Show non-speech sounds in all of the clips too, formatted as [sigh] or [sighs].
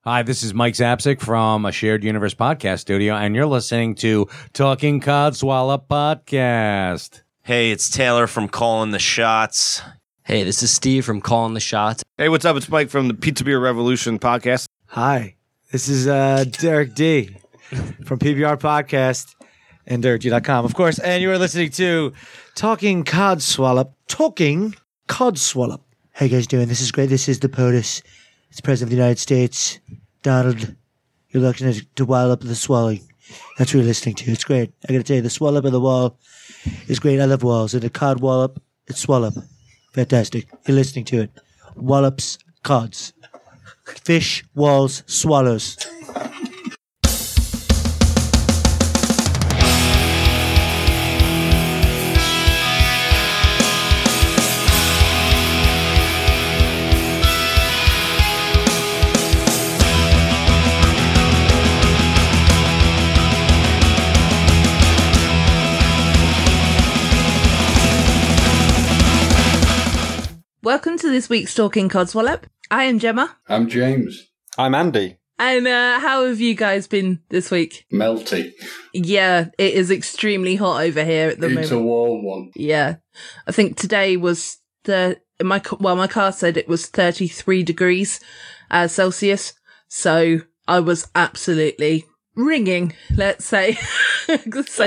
Hi, this is Mike Zapsik from a Shared Universe podcast studio, and you're listening to Talking Codswallop Podcast. Hey, it's Taylor from Calling the Shots. Hey, this is Steve from Calling the Shots. Hey, what's up? It's Mike from the Pizza Beer Revolution podcast. Hi, this is uh, Derek D from PBR Podcast and DerekD.com, of course. And you are listening to Talking Codswallop. Talking Codswallop. How you guys doing? This is great. This is the POTUS. It's the President of the United States, Donald. You're looking to, to wall up the swallowing. That's what you're listening to. It's great. I gotta tell you, the swallop of the wall is great. I love walls. And the cod wallop, it's swallop. Fantastic. You're listening to it. Wallops, cods. Fish, walls, swallows. Welcome to this week's Talking Codswallop. I am Gemma. I'm James. I'm Andy. And uh, how have you guys been this week? Melty. Yeah, it is extremely hot over here at the it's moment. a warm one. Yeah. I think today was the my c- well my car said it was 33 degrees uh, Celsius. So I was absolutely ringing, let's say. [laughs] so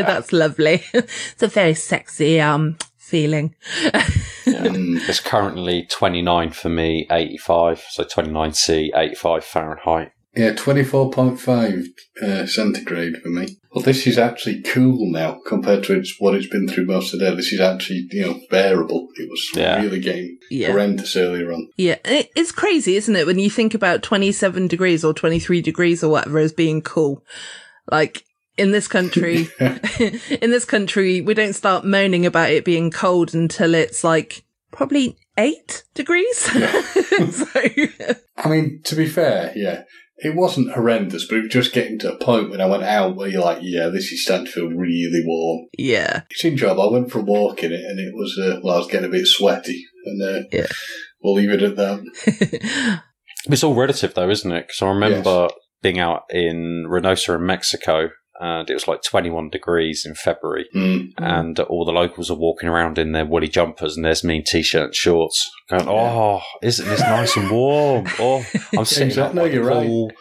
that's lovely. [laughs] it's a very sexy um feeling. [laughs] It's currently 29 for me, 85, so 29C, 85 Fahrenheit. Yeah, 24.5 uh, centigrade for me. Well, this is actually cool now compared to it's, what it's been through most of the day. This is actually, you know, bearable. It was Yeah. really getting Yeah. horrendous earlier on. Yeah, it, it's crazy, isn't it? When you think about 27 degrees or 23 degrees or whatever as being cool. Like in this country, [laughs] in this country, we don't start moaning about it being cold until it's like probably eight degrees. [laughs] so, I mean, to be fair, yeah, it wasn't horrendous, but it was just getting to a point when I went out where you're like, yeah, this is starting to feel really warm. yeah, [laughs] It's enjoyable. I went for a walk in it and it was, uh, well, I was getting a bit sweaty. And uh, Yeah. we'll leave it at that. It's all relative, though, isn't it? Because I remember being out in Reynosa in Mexico, and it was like 21 degrees in February, Mm. and all the locals are walking around in their woolly jumpers and there's me in t shirt and shorts, going, Oh, isn't this nice and warm? Oh, [laughs] I'm sitting Exactly. out by No, the you're right. pool,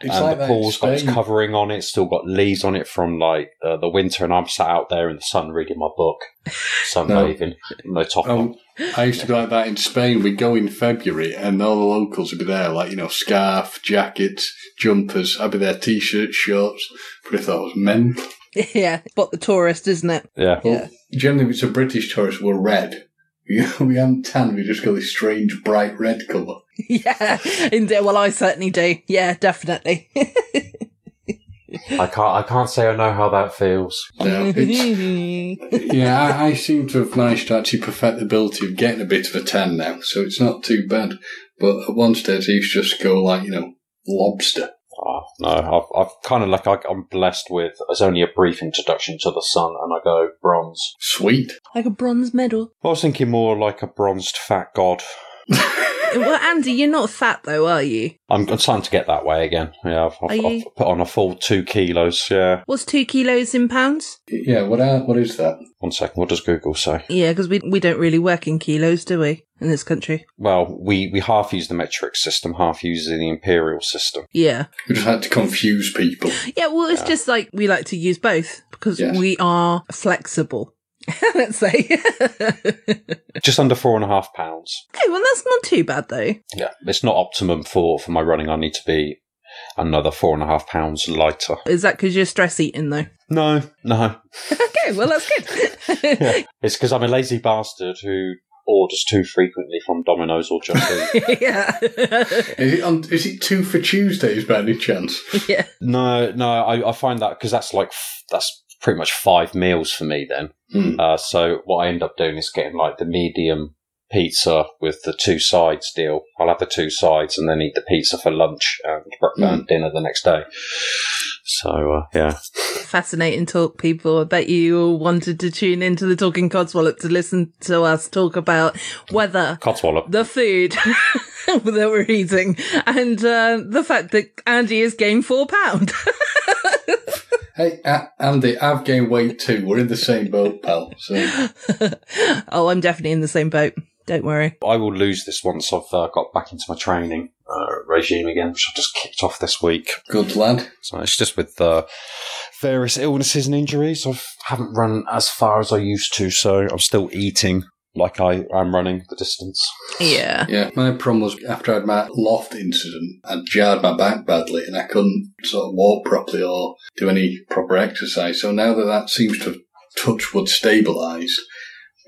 It's and like the that in pool's got its Spain. covering on it, still got leaves on it from like uh, the winter, and I'm sat out there in the sun reading my [laughs] book, sunbathing, no, top on. Oh, I used to be like that in Spain. We'd go in February and all the locals would be there, like, you know, scarf, jackets, jumpers. I'd be there, t shirts, shorts. But I thought it was men. yeah, spot the tourist, isn't it? [laughs] Yeah, Yeah. Generally, if it's a British tourist, we're red. [laughs] We we haven't tan, we just got this strange bright red [laughs] colour. Yeah, indeed. Well, I certainly do. Yeah, definitely. I can't, I can't say I know how that feels. No, it's, yeah, I, I seem to have managed to actually perfect the ability of getting a bit of a tan now, so it's not too bad. But at one stage, I used to just go like, you know, lobster. Oh, no, I've, I've kind of like I, I'm blessed with. It's only a brief introduction to the sun, and I go bronze. Sweet. [laughs] like a bronze medal. I was thinking more like a bronzed fat god. Well, Andy, you're not fat though, are you? I'm, I'm starting to get that way again. Yeah, I've, I've, Are you- I've put on a full two kilos. Yeah, What's two kilos in pounds? Yeah, what are, what is that? one second. What does Google say? Yeah, because we we don't really work in kilos, do we? In this country. Well, we, we half use the metric system, half use the imperial system. Yeah. We just had to confuse people. Yeah, well it's just like we like to use both because Yes. we are flexible. [laughs] Let's say. [laughs] okay, Just under four and a half pounds. well that's not too bad though. Yeah, it's not optimum for for my running. I need to be another four and a half pounds lighter. Is that because you're stress eating though? No, no, Okay, well that's good. Yeah. it's because I'm a lazy bastard who orders too frequently from Domino's or Just [laughs] Eat. yeah. [laughs] Is it, on, is it two for Tuesdays by any chance? yeah. no, no, I, I find that because that's like f- that's pretty much five meals for me then. Hmm. Uh, so what I end up doing is getting like the medium pizza with the two sides deal. I'll have the two sides and then eat the pizza for lunch and, bre- Mm. and dinner the next day. So uh, yeah, Fascinating talk, people. I bet you all wanted to tune into the Talking Codswallop to listen to us talk about whether codswallop. the food [laughs] that we're eating and uh, the fact that Andy has gained four pounds. Hey, A- Andy, I've gained weight too. We're in the same boat, pal. So [laughs] oh, I'm definitely in the same boat. Don't worry. I will lose this once I've uh, got back into my training uh, regime again, which I just kicked off this week. good lad. So it's just with uh, various illnesses and injuries. I haven't run as far as I used to, so I'm still eating like I am running the distance. Yeah. Yeah, my problem was after I had my loft incident, I jarred my back badly and I couldn't sort of walk properly or do any proper exercise. So now that that seems to have touch wood stabilised,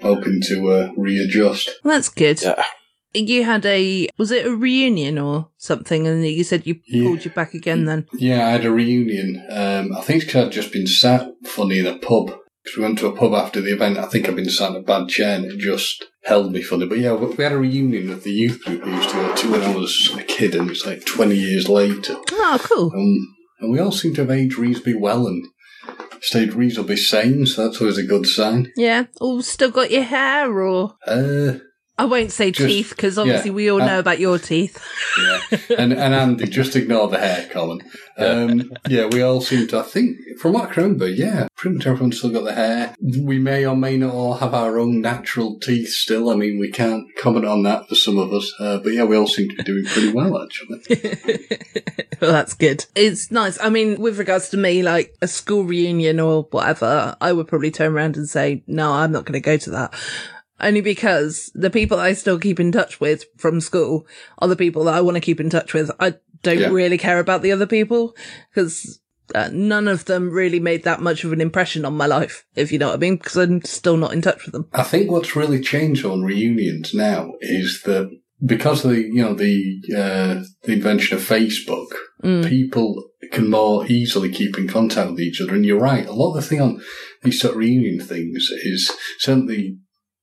hoping to uh, readjust. Well, that's good. Yeah. You had a was it a reunion or something, and you said you Yeah. pulled you back again. Then Yeah, I had a reunion. Um, I think because I'd just been sat funny in a pub. 'Cause we went to a pub after the event. I think I'd been sat in a bad chair and it just held me funny. But yeah, we we had a reunion of the youth group we used to go to when I was a kid, and it's like 20 years later. oh, cool. Um, and we all seem to have aged reasonably well and stayed reasonably sane, so that's always a good sign. Yeah, all still got your hair, or Uh, I won't say teeth Just- 'cause teeth because obviously yeah. we all Uh, know about your teeth. yeah. [laughs] and, and Andy, just ignore the hair comment. Um, yeah, we all seem to, I think, from what I can remember, yeah, pretty much everyone's still got the hair. We may or may not all have our own natural teeth still. I mean, we can't comment on that for some of us, uh, but yeah, we all seem to be doing pretty well, actually. [laughs] well, that's good. It's nice. I mean, with regards to me, like a school reunion or whatever, I would probably turn around and say, no, I'm not going to go to that. Only because the people I still keep in touch with from school are the people that I want to keep in touch with. I don't Yeah. really care about the other people because uh, none of them really made that much of an impression on my life, if you know what I mean, because I'm still not in touch with them. I think what's really changed on reunions now is that because of the you know the uh, the invention of Facebook, Mm. people can more easily keep in contact with each other. And you're right, a lot of the thing on these sort of reunion things is certainly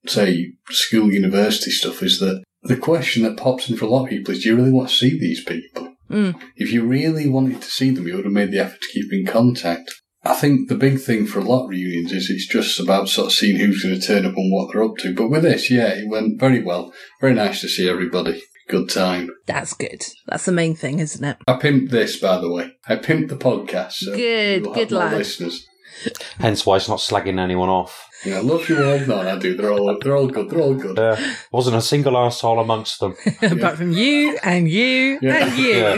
say school university stuff is that the question that pops in for a lot of people is do you really want to see these people? Mm. If you really wanted to see them, you would have made the effort to keep in contact. I think the big thing for a lot of reunions is it's just about sort of seeing who's going to turn up and what they're up to. But with this, yeah, it went very well. Very nice to see everybody. Good time. That's good. That's the main thing, isn't it? I pimped this, by the way. I pimped the podcast. So Good, you'll have good more lad. listeners. Hence why it's not slagging anyone off. Yeah, I love you all. No, I do. They're all they're all good. They're all good. There Uh, wasn't a single arsehole amongst them, [laughs] Apart from you and you Yeah. and you. Yeah.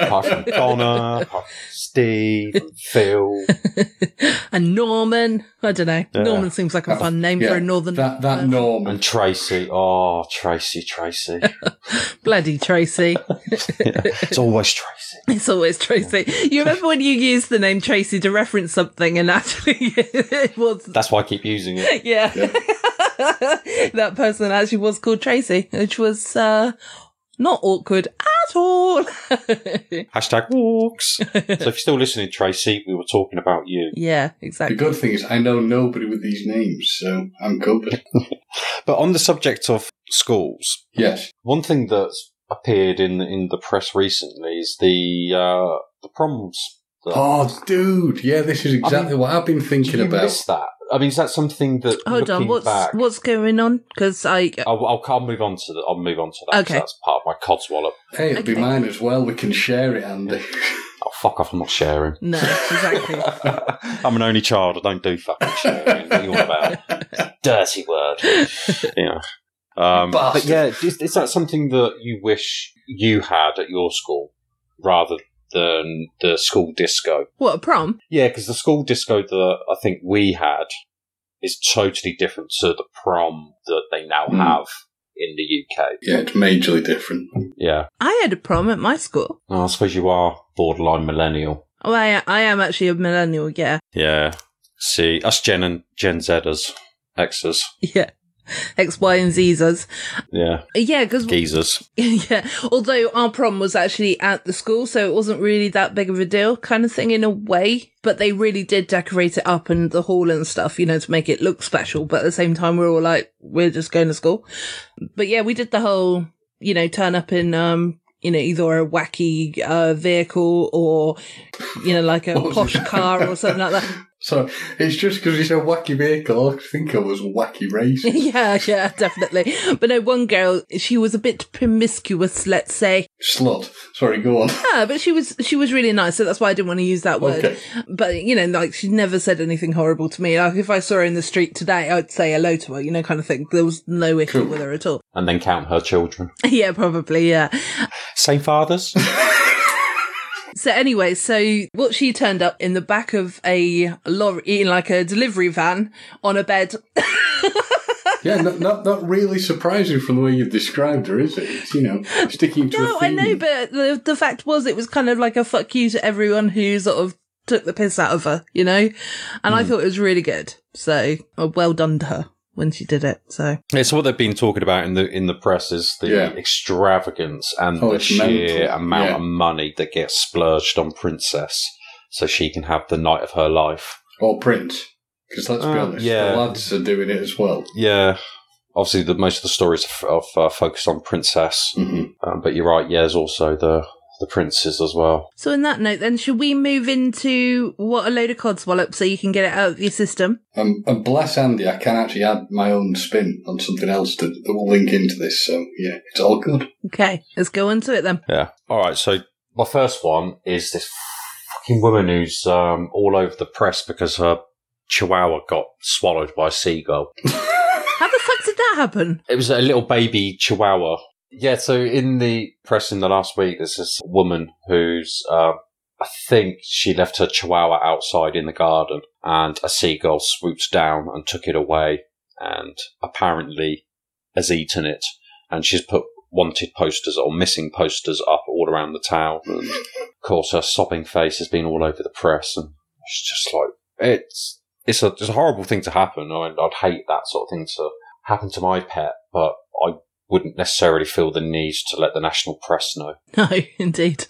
apart from Connor, apart from Steve, Phil. and Norman. I don't know. Yeah. Norman seems like a Oh, fun name yeah. for a northern. That that uh, Norman. And Tracy, oh Tracy, Tracy, bloody Tracy. [laughs] Yeah, it's always Tracy. it's always Tracy. You remember when you used the name Tracy to reference something, and actually [laughs] it was That's why I keep using it. yeah. [laughs] that person actually was called Tracy, which was uh, not awkward at all. [laughs] Hashtag walks. so if you're still listening, Tracy, we were talking about you. yeah, The exactly. good thing is I know nobody with these names, so I'm covered. But on the subject of schools, yes. One thing that's appeared in in the press recently is the uh, the proms. that- Oh, dude. Yeah, this is exactly what I've been Do thinking you about. miss that? I mean, is that something that? Hold on, looking what's back- what's going on? Because I I'll, I'll, I'll move on to that. I'll move on to that. 'cause Okay. that's part of my codswallop. Hey, it'll be Okay. mine as well. We can share it, Andy. Oh fuck off! I'm not sharing. no, exactly. [laughs] I'm an only child. I don't do fucking sharing. what are you on about? Dirty word. Yeah. Um, but Bastard. yeah, is, is that something that you wish you had at your school rather than the school disco? what a prom? Yeah, because the school disco that I think we had is totally different to the prom that they now Hmm. have in the UK. yeah, it's majorly different. Yeah. I had a prom at my school. Oh, I suppose you are borderline millennial. Oh, I I am actually a millennial. Yeah, Yeah. See, us Gen and Gen Zers, Xers. Yeah. X, Y, and Z's us. Yeah. Yeah, because, Geezers. [laughs] yeah, although our prom was actually at the school, so it wasn't really that big of a deal kind of thing in a way, but they really did decorate it up and the hall and stuff, you know, to make it look special. But at the same time, we're all like, we're just going to school. But yeah, we did the whole, you know, turn up in, um, you know, either a wacky uh, vehicle or, you know, like a What was posh it? car or something like that. So it's just because it's a wacky vehicle. all I could think of was wacky [laughs] race. [laughs] yeah, yeah, definitely. But no, one girl, she was a bit promiscuous, let's say. Slut. Sorry, go on. Ah, but she was she was really nice, so that's why I didn't want to use that word. Okay. But you know, like she never said anything horrible to me. Like if I saw her in the street today, I'd say hello to her, you know, kind of thing. There was no issue Cool. with her at all. [laughs] and then count her children. yeah, probably, yeah. Same fathers? So anyway, so what she turned up in the back of a lorry, in like a delivery van on a bed. [laughs] Yeah, not, not, not really surprising from the way you've described her, is it? It's, you know, sticking to no, a I theme. know, but the the fact was, it was kind of like a fuck you to everyone who sort of took the piss out of her, you know. And I thought it was really good. So uh, well done to her when she did it. So [laughs] It's what they've been talking about in the in the press is the Yeah. extravagance and Oh, the it's sheer mental. amount Yeah. of money that gets splurged on Princess, so she can have the night of her life. Or Oh, Prince. Because let's be Uh, honest, yeah. the lads are doing it as well. Yeah, obviously, the, most of the stories are f- of uh, focused on Princess, hmm um, but you're right. Yeah, there's also the the princes as well. so in that note, then should we move into what a load of codswallop so you can get it out of your system? Um, and bless Andy, I can actually add my own spin on something else to, that will link into this. So, yeah, it's all [laughs] good. Okay, let's go into it then. Yeah. All right. So my first one is this fucking woman who's um, all over the press because her chihuahua got swallowed by a seagull. How the fuck did that happen? [laughs] It was a little baby chihuahua. Yeah, so in the press in the last week, there's this woman who's, uh, I think she left her chihuahua outside in the garden and a seagull swooped down and took it away and apparently has eaten it. And she's put wanted posters or missing posters up all around the town. And of course, her sobbing face has been all over the press and she's just like, it's, it's a, it's a horrible thing to happen. I mean, I'd hate that sort of thing to happen to my pet, but I wouldn't necessarily feel the need to let the national press know. No, indeed.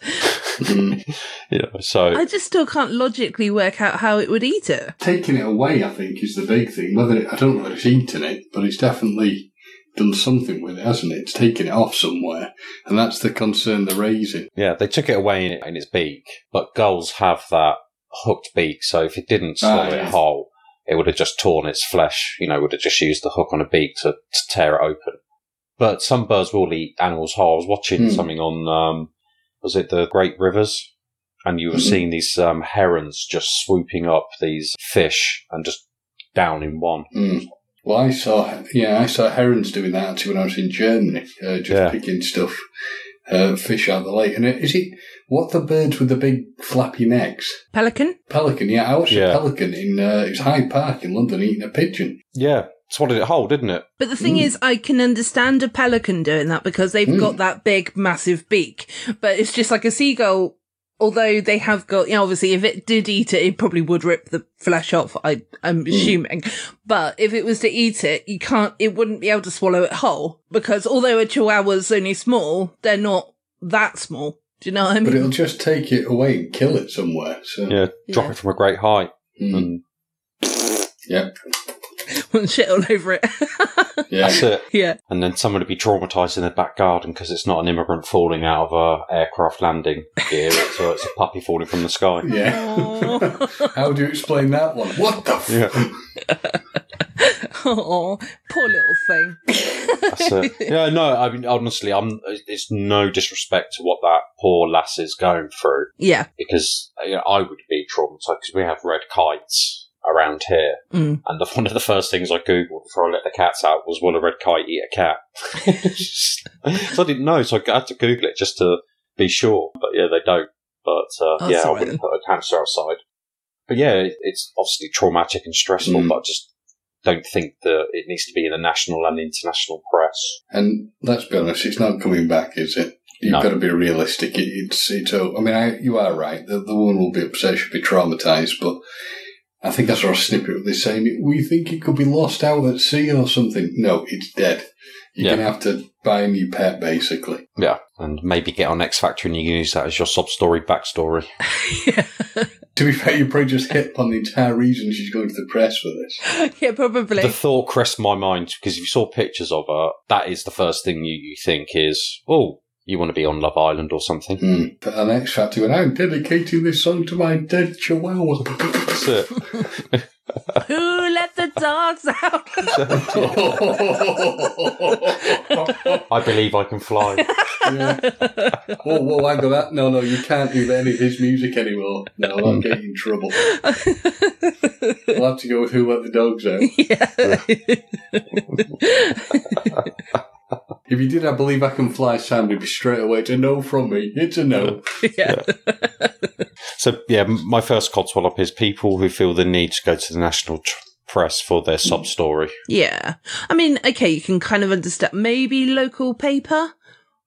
Mm. You know, so I just still can't logically work out how it would eat it. Taking it away, I think, is the big thing. Whether it, I don't know whether it's eaten it, but it's definitely done something with it, hasn't it? It's taken it off somewhere. And that's the concern they're raising. yeah, they took it away in, in its beak, but gulls have that hooked beak, so if it didn't swallow Ah, it yeah. whole, it would have just torn its flesh. You know, would have just used the hook on a beak to, to tear it open. But some birds will eat animals whole. I was watching Hmm. something on, um, was it the Great Rivers? And you were Mhm. seeing these um, herons just swooping up these fish and just down in one. Mm. Well, I saw, yeah, I saw herons doing that actually when I was in Germany, uh, just Yeah. picking stuff, uh, fish out of the lake. And it- is it what the birds with the big flappy necks? Pelican? Pelican, yeah, I watched Yeah. a pelican in uh, it was Hyde Park in London eating a pigeon. Yeah, swallowed it whole, didn't it? But the thing is, I can understand a pelican doing that because they've Mm. got that big, massive beak. But it's just like a seagull. Although they have got, you know, obviously, if it did eat it, it probably would rip the flesh off. I, Mm. I'm assuming. But if it was to eat it, you can't. It wouldn't be able to swallow it whole because although a chihuahua's only small, they're not that small. Do you know what I But mean? it'll just take it away and kill it somewhere. So Yeah, Hmm. drop Yeah. it from a great height. mm, And yeah, [laughs] Shit all over it. [laughs] yeah. that's it. yeah. And then someone would be traumatised in their back garden because it's not an immigrant falling out of a aircraft landing gear. it's, a, it's a puppy falling from the sky. Yeah. [laughs] How do you explain that one? What the f- Yeah, Oh, poor little thing. [laughs] that's it. Yeah, no, I mean, honestly, I'm. It's no disrespect to what that poor lass is going through Yeah. because you know, I would be traumatised because we have red kites around here, Mm. [laughs] and the, [laughs] one of the first things I googled before I let the cats out was, "Will a red kite eat a cat?" [laughs] so I didn't know, so I had to Google it just to be sure. But yeah, they don't. But uh, Oh, yeah, I sorry wouldn't then. put a hamster outside. But yeah, it- it's obviously traumatic and stressful, Mm. but I just don't think that it needs to be in the national and international press. And let's be honest, it's not coming back, is it? You've No. got to be realistic. It, it's it's. o- I mean, I, you are right. The, the woman will be upset. She'll be traumatized. But I think I saw a snippet of this saying we think it could be lost out at sea or something. No, it's dead. You're Yeah. gonna have to buy a new pet, basically. Yeah. And maybe get on X Factor and you can use that as your sub story backstory. Yeah. To be fair, you probably just hit upon the entire reason she's going to the press for this. yeah, probably. The thought crossed my mind because if you saw pictures of her, that is the first thing you, you think is, oh, you want to be on Love Island or [laughs] something. Mm. But an X Factor went, I'm dedicating this song to my dead chihuahua. [laughs] That's it. Who let the dogs [laughs] out? [laughs] I believe I can fly. yeah. Oh, whoa, I got that. No, no, you can't do any of his music anymore. No, I'll get you in trouble. I'll have to go with Who Let the Dogs Out. yeah. [laughs] If you did I Believe I Can Fly, Sam would be straight away to no from me. It's a no. yeah. So yeah, m- my first codswallop is people who feel the need to go to the national tr- press for their sub story. Yeah. I mean, okay, you can kind of understand maybe local paper,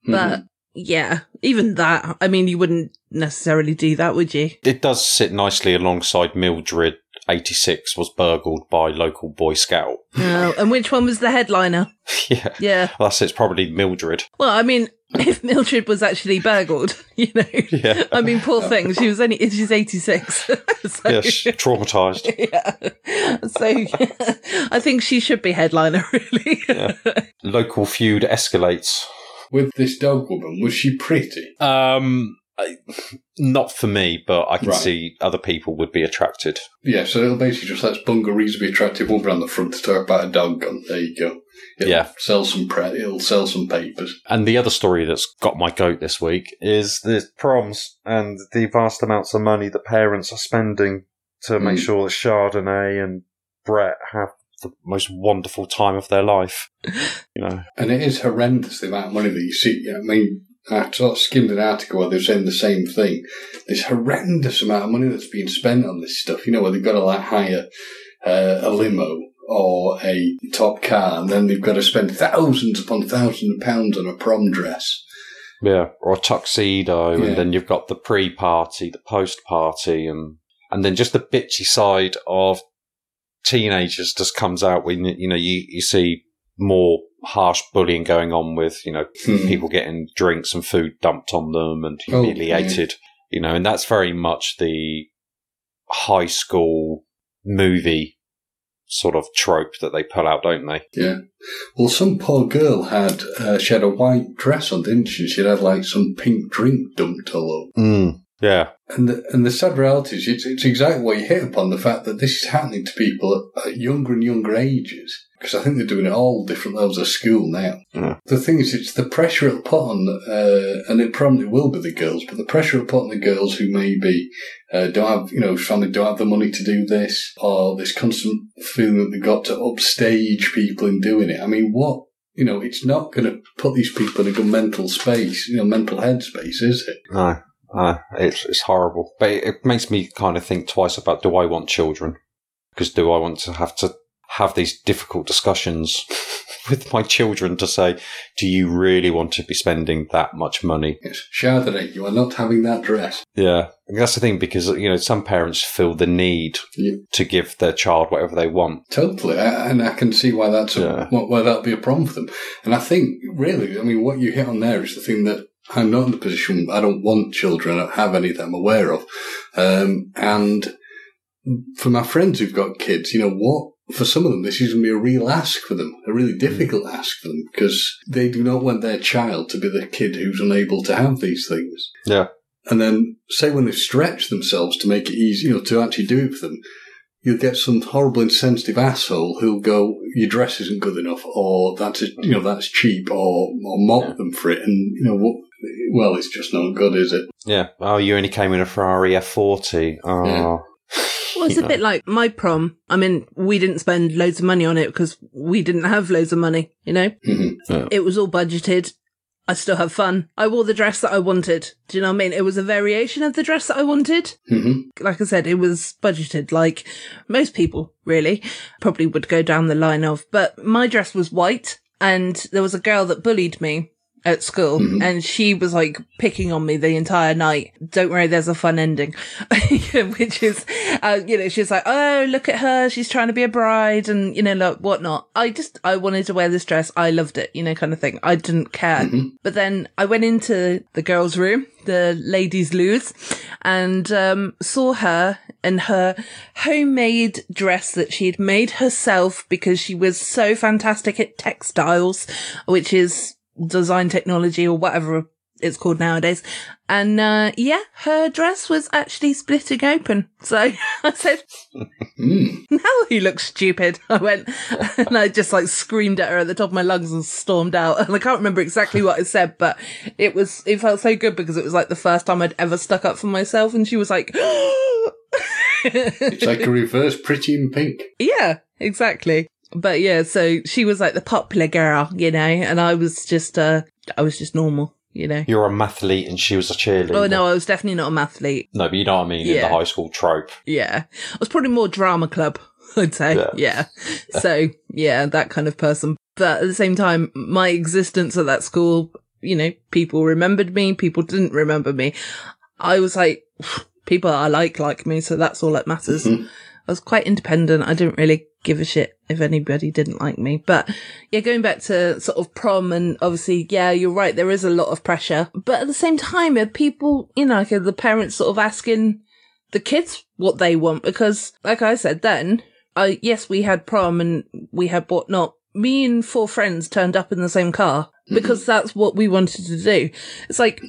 but yeah, even that, I mean, you wouldn't necessarily do that, would [laughs] you? It does sit nicely alongside Mildred. 86 was burgled by local Boy Scout. [laughs] No. And which one was the headliner? yeah, Yeah. that's it's probably Mildred. Well, I mean, [laughs] if Mildred was actually burgled, [laughs] you know, Yeah. I mean, poor thing, she was only, she's 86. [laughs] so, Yes, traumatized. [laughs] yeah. So I think she should be headliner, [laughs] really. Local feud escalates. With this dog woman, was she pretty? Um, I- not for me, but I can Right. see other people would be attracted. Yeah, so it'll basically just let Bungarees be attractive woman on the front to talk about a dog gun. There you go. It'll Yeah. Sell some pre- it'll sell some papers. And the other story that's got my goat this week is the proms and the vast amounts of money that parents are spending to make Mm. sure that Chardonnay and Brett have the most wonderful time of their life. You know, And it is horrendous the amount of money that you see. I mean, I sort of skimmed an article where they were saying the same thing. This horrendous amount of money that's being spent on this stuff, you know, where they've got to like hire uh, a limo or a top car and then they've got to spend thousands upon thousands of pounds on a prom dress. yeah, or a tuxedo, Yeah. and then you've got the pre-party, the post-party, and and then just the bitchy side of teenagers just comes out when you know you you see more harsh bullying going on with you know Hmm. people getting drinks and food dumped on them and Oh, humiliated. You know, and that's very much the high school movie sort of trope that they pull out, don't they? Well, some poor girl had uh, she had a white dress on, didn't she? She'd had like some pink drink dumped all over. Mm. Yeah. And the, and the sad reality is, it's, it's exactly what you hit upon the fact that this is happening to people at, at younger and younger ages. Because I think they're doing it all different levels of school now. Yeah. The thing is, it's the pressure it'll put on, uh, and it probably will be the girls, but the pressure it'll put on the girls who maybe uh, don't have, you know, family don't have the money to do this, or this constant feeling that they've got to upstage people in doing it. I mean, what, you know, it's not going to put these people in a good mental space, you know, mental head space, is it? No. Uh, it's, it's horrible. But it, it makes me kind of think twice about do I want children? Because do I want to have to have these difficult discussions [laughs] with my children to say, do you really want to be spending that much money Yes. Chardonnay, you are not having that dress. Yeah, And that's the thing because you know some parents feel the need Yeah. to give their child whatever they want. Totally, I, and I can see why that's a, Yeah. why- why that'd be a problem for them. And I think, really, I mean, what you hit on there is the thing that I'm not in the position. I don't want children. I don't have any that I'm aware of. Um, and for my friends who've got kids, you know what? For some of them, this is going to be a real ask for them, a Mm. really difficult ask for them, because they do not want their child to be the kid who's unable to have these things. Yeah, And then, say when they've stretched themselves to make it easy, you know, to actually do it for them, you'll get some horrible insensitive asshole who'll go, "Your dress isn't good enough," or "That's a, you know that's cheap," or or mock them for it, and you know what? Well, it's just not good, is it? yeah. Oh, you only came in a Ferrari F40. Oh, Yeah. Well, it's You a know. bit like my prom. I mean, we didn't spend loads of money on it because we didn't have loads of money, you know? Mhm. It was all budgeted. I still have fun. I wore the dress that I wanted. Do you know what I mean? It was a variation of the dress that I wanted. hmm Like I said, it was budgeted like most people really probably would go down the line of. But my dress was white and there was a girl that bullied me at school Mhm. and she was like picking on me the entire night. Don't worry, there's a fun ending. [laughs] Which is, uh, you know, she's like, Oh, look at her. She's trying to be a bride and, you know, like whatnot. I just, I wanted to wear this dress. I loved it, you know, kind of thing. I didn't care. Mhm. But then I went into the girls' room, the ladies' loos, and um, saw her in her homemade dress that she had made herself because she was so fantastic at textiles, which is design technology or whatever it's called nowadays. And uh, yeah, her dress was actually splitting open. So [laughs] I said, Mm. now [laughs] you look stupid. I went and I just like screamed at her at the top of my lungs and stormed out. [laughs] And I can't remember exactly what I said, but it was, it felt so good because it was like the first time I'd ever stuck up for myself. And she was like, [gasps] It's like a reverse pretty in pink. Yeah, exactly. But yeah, so she was like the popular girl, you know, and I was just, uh, I was just normal, you know. You're a mathlete and she was a cheerleader. Oh no, I was definitely not a mathlete. No, but you know what I mean in Yeah. the high school trope. Yeah. I was probably more drama club, [laughs] I'd say. Yeah. Yeah. So, yeah, that kind of person. But at the same time, my existence at that school, you know, people remembered me, people didn't remember me. I was like, [sighs] people I like like me, so that's all that matters. Mhm. I was quite independent. I didn't really give a shit if anybody didn't like me. But yeah, going back to sort of prom and obviously, yeah, you're right. There is a lot of pressure, but at the same time, are people, you know, like are the parents sort of asking the kids what they want? Because like I said, then I, yes, we had prom and we had whatnot. Me and four friends turned up in the same car because that's what we wanted to do. It's like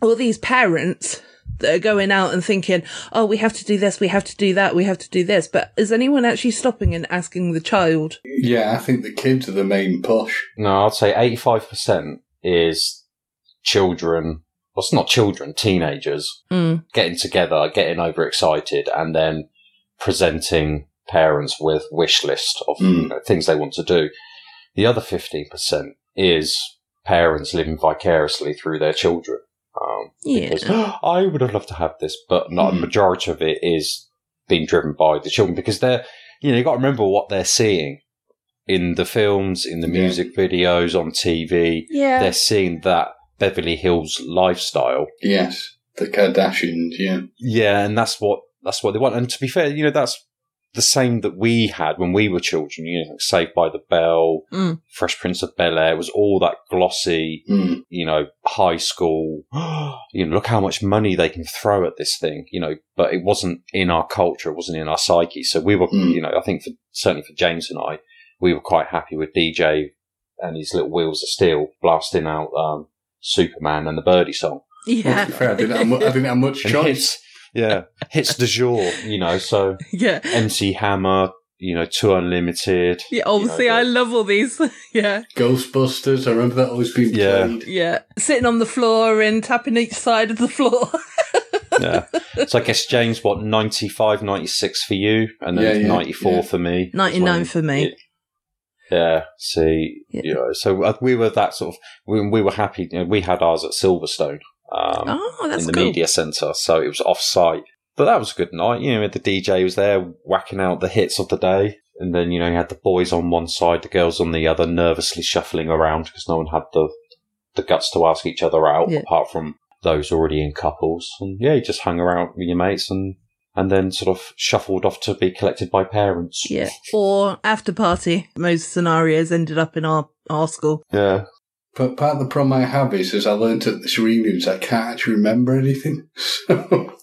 all these parents that are going out and thinking, oh, we have to do this, we have to do that, we have to do this. But is anyone actually stopping and asking the child? Yeah, I think the kids are the main push. No, I'd say 85% is children. Well, it's not children, teenagers Mm. getting together, getting overexcited, and then presenting parents with wish list of Mm. you know, things they want to do. The other 15% is parents living vicariously through their children. Um, Yeah. because I would have loved to have this, but not a Mm. majority of it is being driven by the children because they're you know you got to remember what they're seeing in the films, in the Yeah. music videos, on TV. Yeah. They're seeing that Beverly Hills lifestyle, Yes, the Kardashians. Yeah, yeah, and that's what that's what they want. And to be fair, you know that's the same that we had when we were children. You know, Saved by the Bell, Mm. Fresh Prince of Bel Air was all that glossy, mm. you know, high school. [gasps] you know, look how much money they can throw at this thing, you know, but it wasn't in our culture, it wasn't in our psyche. So we were, Mm. you know, I think for, certainly for James and I, we were quite happy with DJ and his little wheels of steel blasting out um, Superman and the Birdie song. To be fair, I didn't, have, mu- I Yeah. didn't have much [laughs] And choice. hits, yeah, hits du jour, you know, so [laughs] yeah. MC Hammer, you know, Two Unlimited. Yeah, obviously, I love all these. [laughs] yeah, Ghostbusters. I remember that always being Yeah. played. yeah. Sitting on the floor and tapping each side of the floor. Yeah. so I guess James, what, 95, 96 for you, and then Yeah, yeah, 94 yeah. for me. 99 for me. Yeah. Yeah. See, Yeah. you know, so uh, we were that sort of. We, we were happy. You know, we had ours at Silverstone um, Oh, in that's the cool. media centre, so it was off site. But that was a good night. You know, the DJ was there whacking out the hits of the day, and then you know you had the boys on one side, the girls on the other, nervously shuffling around because no one had the the guts to ask each other out, Yeah. apart from those already in couples. And yeah, you just hung around with your mates and. And then sort of shuffled off to be collected by parents. Yeah. Or after party. Most scenarios ended up in our, our school. Yeah. But part of the problem I have is, as I learnt at this reunions, I can't actually remember anything. [laughs] So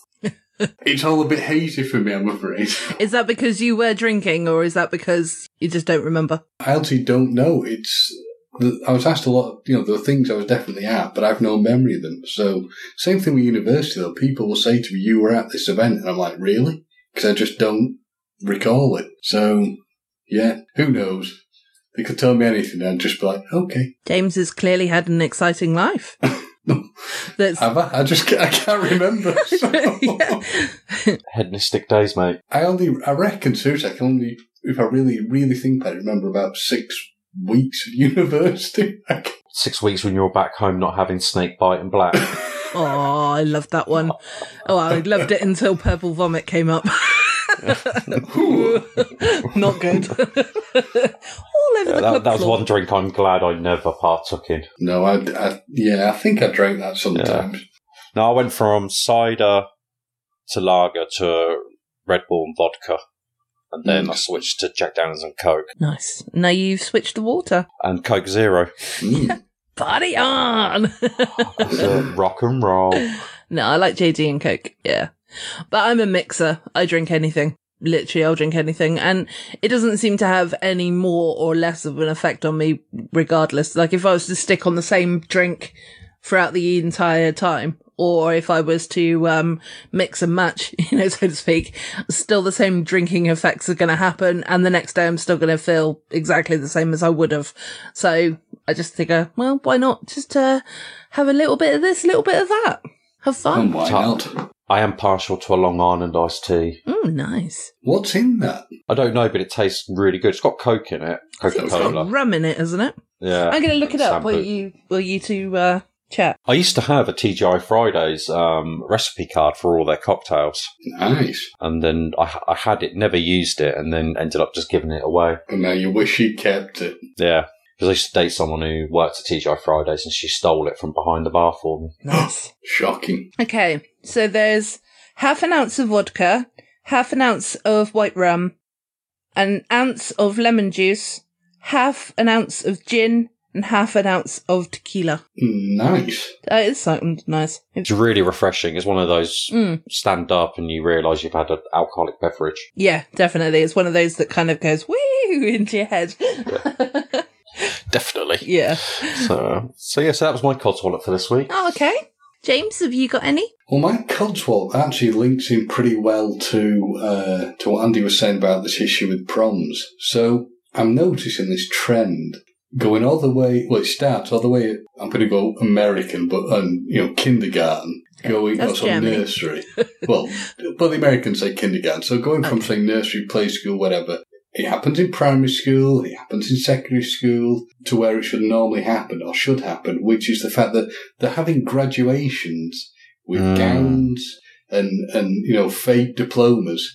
it's all a bit hazy for me, I'm afraid. Is that because you were drinking or is that because you just don't remember? I actually don't know. It's I was asked a lot. Of, you know, there were things I was definitely at, but I've no memory of them. So same thing with university though. People will say to me, "You were at this event," and I'm like, "Really?" Because I just don't recall it. So yeah, who knows? They could tell me anything, and I'd just be like, "Okay." James has clearly had an exciting [laughs] life. That's. Um, Have I? I just [laughs] ca- I can't [laughs] remember. So. Yeah. hedonistic days, mate. I only, I reckon seriously, I can only, if I really, really think about it, remember about six weeks of [laughs] university. I c- Six weeks when you're back home not having snake bite [coughs] and black. Oh, I loved that one. Oh, I loved it until purple vomit came [laughs] up. Not good. [laughs] All over the Yeah, that, club that was floor. one drink I'm glad I never partook in. No, I, I- yeah, I think I drank that sometimes. No, I went from cider to lager to Red Bull and vodka. And then I switched to Jack Daniels and Coke. Nice. Now you've switched the water. And Coke Zero. Mm. Party on. [laughs] So, rock and roll. no, I like JD and Coke. Yeah. But I'm a mixer. I drink anything. Literally, I'll drink anything. And it doesn't seem to have any more or less of an effect on me, regardless. Like, if I was to stick on the same drink, throughout the entire time. Or if I was to um, mix and match, [laughs] you know, so to speak, still the same drinking effects are going to happen. And the next day I'm still going to feel exactly the same as I would have. So I just think, uh, well, why not just uh, have a little bit of this, a little bit of that? Have And fun. why Top. not? I am partial to a Long Island iced tea. Oh, nice. What's in that? I don't know, but it tastes really good. It's got Coke in it, I think Coca it's got Cola. rum in it, isn't it? Yeah. I'm going to look it up Sambu. while you, while you two uh, [gasps] chat. I used to have a TGI Fridays um, recipe card for all their cocktails, Nice. and then I, I had it, never used it, and then ended up just giving it away. And now you wish you kept it. Yeah. Because I used to date someone who worked at TGI Fridays and she stole it from behind the bar for me. Nice. Shocking. Okay, so there's half an ounce of vodka, half an ounce of white rum, an ounce of lemon juice, half an ounce of gin, and half an ounce of tequila. Mm, Nice. That is something nice. It's really refreshing. It's one of those Mm, stand up and you realise you've had an alcoholic beverage. yeah, definitely. It's one of those that kind of goes woo [laughs] into your head. [laughs] Definitely. yeah. So, so yeah, so that was my cod swallow for this week. Oh, okay. James, have you got any? Well, my Codswallop actually links in pretty well to uh, to what Andy was saying about this issue with proms. So I'm noticing this trend going all the way. Well, it starts all the way. I'm going to go American, but um, you know, kindergarten going or That's some Germany. [laughs] nursery. well, but the Americans say kindergarten, so going from Okay. saying nursery, play school, whatever. It happens in primary school, it happens in secondary school, to where it should normally happen or should happen, which is the fact that they're having graduations with Mm. gowns and and you know fake diplomas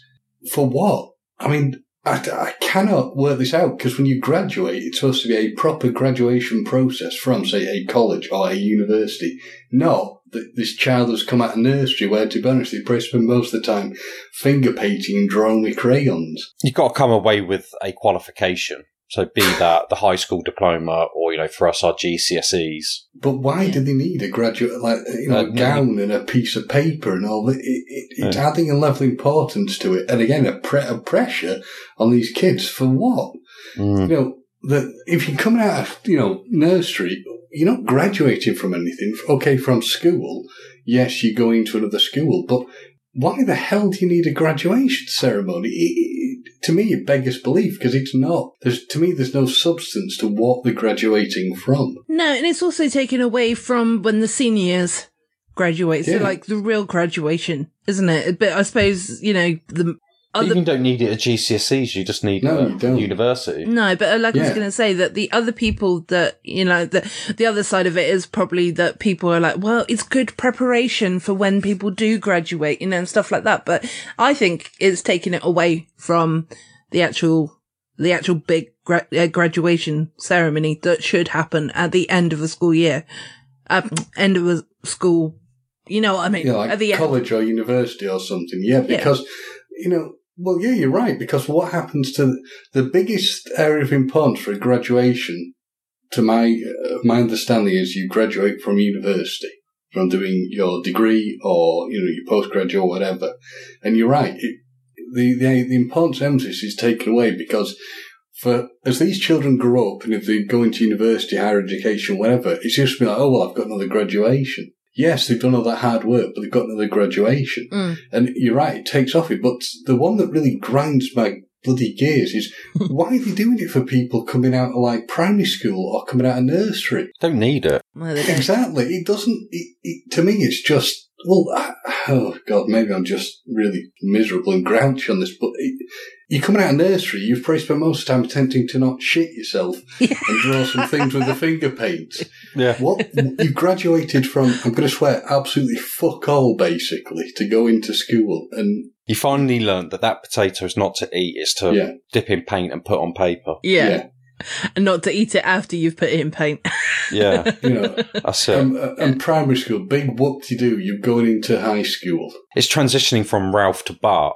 for what? I mean, I, I cannot work this out because when you graduate, it's supposed to be a proper graduation process from say a college or a university, not th- this child that's come out of nursery where to be honest, they probably spend most of the time finger painting and drawing with crayons. You've got to come away with a qualification. So be that the high school diploma or, you know, for us, our GCSEs. But why Yeah. do they need a graduate, like, you know, a Uh, no. gown and a piece of paper and all that? It, it, it's adding a level of importance to it. And again, a, pre- a pressure on these kids for what? Mm. You know, that if you're coming out of, you know, nursery, you're not graduating from anything. Okay, from school. Yes, you're going to another school, but why the hell do you need a graduation ceremony? It- it- it- to me, it beggars belief because it's not. There's, to me, there's no substance to what they're graduating from. No, and it's also taken away from when the seniors graduate. Yeah. So, like the real graduation, isn't it? But I suppose you know the You other even don't need it at GCSEs. You just need No, uh, you don't. university. No, but uh, like I was Yeah. going to say that the other people that you know the the other side of it is probably that people are like, well, it's good preparation for when people do graduate, you know, and stuff like that. But I think it's taking it away from the actual the actual big gra- uh, graduation ceremony that should happen at the end of a school year, um, end of a school. You know what I mean? you know, like at the end. college or university or something. Yeah, Yeah. because you know, well, yeah, you're right. Because what happens to the biggest area of importance for a graduation, to my uh, my understanding, is you graduate from university from doing your degree or you know your postgraduate or whatever. And you're right. It, the, the the importance emphasis is taken away because for as these children grow up and if they go into university, higher education, whatever, it's just be like, oh well, I've got another graduation. Yes, they've done all that hard work, but they've got another graduation. Mm. And you're right, it takes off it. But the one that really grinds my bloody gears is [laughs] why are they doing it for people coming out of like primary school or coming out of nursery? Don't need it. Well, they don't. Exactly. It doesn't. It, it, to me, it's just. Well, I, oh god, maybe I'm just really miserable and grouchy on this. But it, you're coming out of nursery. You've probably spent most of the time attempting to not shit yourself and draw some things with the finger paints. Yeah. What you graduated from? I'm going to swear, absolutely fuck all, basically, to go into school. And You finally learnt that that potato is not to eat, it's to Yeah. dip in paint and put on paper. yeah, and [laughs] not to eat it after you've put it in paint. [laughs] Yeah, yeah, you know, that's it. um, uh, and primary school, big whoop de do. You're going into high school. it's transitioning from Ralph to Bart.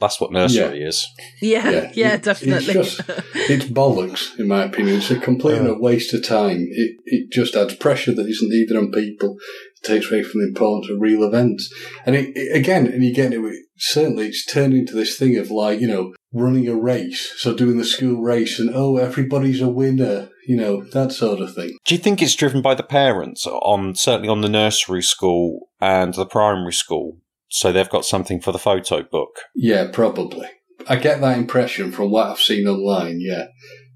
That's what nursery is. Yeah, [laughs] yeah, it- definitely. [laughs] It's, just, it's bollocks, in my opinion. It's a complete and a waste of time. It it just adds pressure that isn't needed on people. takes away from the importance of real events. And it, it- again, and you get it, with- certainly it's turned into this thing of like, you know, running a race. So doing the school race and, oh, everybody's a winner, you know, that sort of thing. Do you think it's driven by the parents on certainly on the nursery school and the primary school? So they've got something for the photo book. Yeah, probably. I get that impression from what I've seen online, yeah.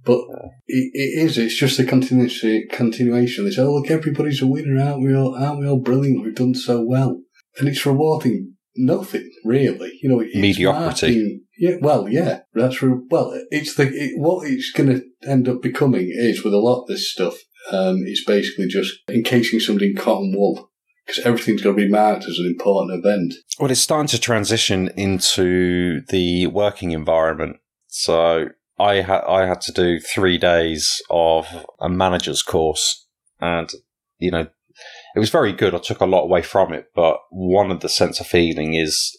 But it, it is, it's just a continuation. continuation. It's, oh, look, everybody's a winner, aren't we all, aren't we all brilliant? We've done so well. And it's rewarding nothing, really. You know, it's Mediocrity. marking- yeah, well, yeah, that's, re- well, it's the, it, what it's going to end up becoming is, with a lot of this stuff, um, it's basically just encasing somebody in cotton wool. Because everything's going to be marked as an important event. Well, it's starting to transition into the working environment. So I ha- I had to do three days of a manager's course, and you know, it was very good. I took a lot away from it, but one of the sense of feeling is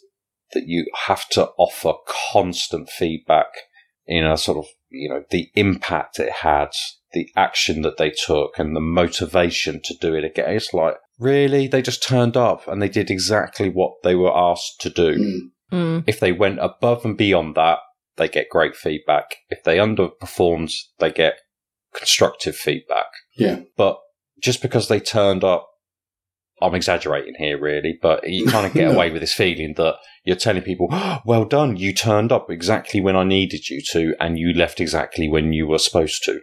that you have to offer constant feedback in a sort of you know the impact it had, the action that they took, and the motivation to do it again. It's like really they just turned up and they did exactly what they were asked to do. Mm. Mm. If they went above and beyond that, they get great feedback. If they underperformed, they get constructive feedback. Yeah. But just because they turned up, I'm exaggerating here really, but you [laughs] kind of get No. away with this feeling that you're telling people, "Oh, well done, you turned up exactly when I needed you to, and you left exactly when you were supposed to.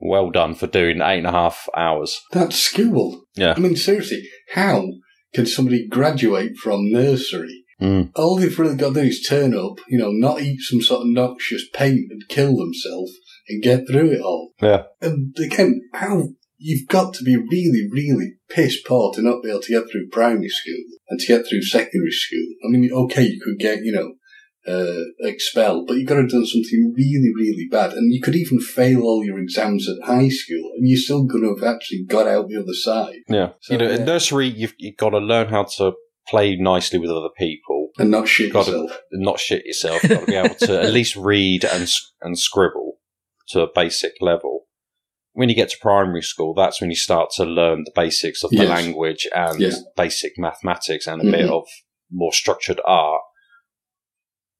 Well done for doing eight and a half hours. That's school. Yeah. I mean, seriously, how can somebody graduate from nursery? Mm. All they've really got to do is turn up, you know, not eat some sort of noxious paint and kill themselves and get through it all. Yeah. And again, how you've got to be really, really piss poor to not be able to get through primary school and to get through secondary school. I mean, okay, you could get, you know, uh, expelled, but you've got to have done something really, really bad. And you could even fail all your exams at high school and you're still going to have actually got out the other side Yeah. So, you know, yeah. in nursery, you've, you've got to learn how to play nicely with other people, and not shit Got it. yourself. and not shit yourself. You've got to be able [laughs] to at least read and, s- and scribble to a basic level. When you get to primary school, that's when you start to learn the basics of the Yes. language and Yeah. Mm-hmm. basic mathematics and a bit of more structured art.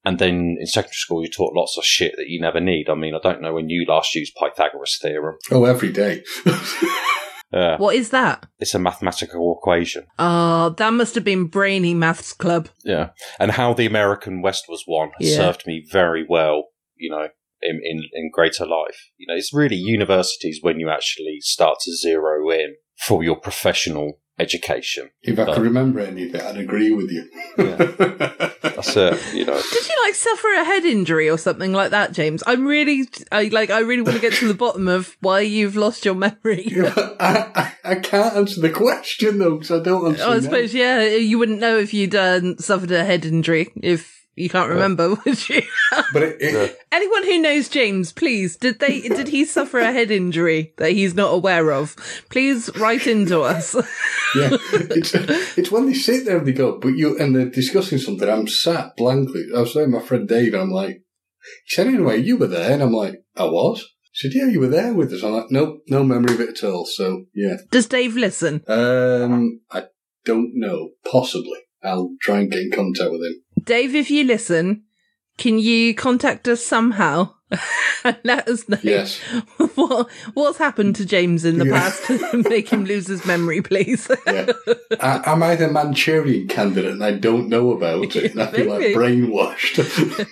And then in secondary school, you're taught lots of shit that you never need. I mean, I don't know when you last used Pythagoras' theorem. Oh, every day. [laughs] Uh, What is that? it's a mathematical equation. Oh, that must have been Brainy Maths Club. Yeah, and how the American West was won has Yeah. served me very well, you know, in, in in greater life. You know, it's really universities when you actually start to zero in for your professional education. if I But- could remember any of it, I'd agree with you. [laughs] That's it, [laughs] you know. Did you like suffer a head injury or something like that, James? I'm really, I like, I really want to get to the bottom of why you've lost [laughs] your memory. I, I, I can't answer the question though, because I don't answer. Oh, I now. suppose, yeah, you wouldn't know if you'd um, suffered a head injury if you can't remember, [laughs] would you? But it, it, Anyone who knows James, please, did they, did he suffer a head injury that he's not aware of? Please write into us. [laughs] yeah, it's, it's when they sit there and they go, but you and they're discussing something. I'm sat blankly. I was there with my friend Dave, and I'm like, he said, anyway, you were there, and I'm like, I was. He said, yeah, you were there with us. I'm like, nope, no memory of it at all. So yeah, Does Dave listen? um, I don't know. Possibly, I'll try and get in contact with him. Dave, if you listen, can you contact us somehow [laughs] and let us know Yes. [laughs] what what's happened to James in the Yeah. past and [laughs] make him lose his memory, please? [laughs] Yeah. I, I'm either Manchurian candidate and I don't know about it, and I feel like [laughs] Maybe. [laughs] brainwashed.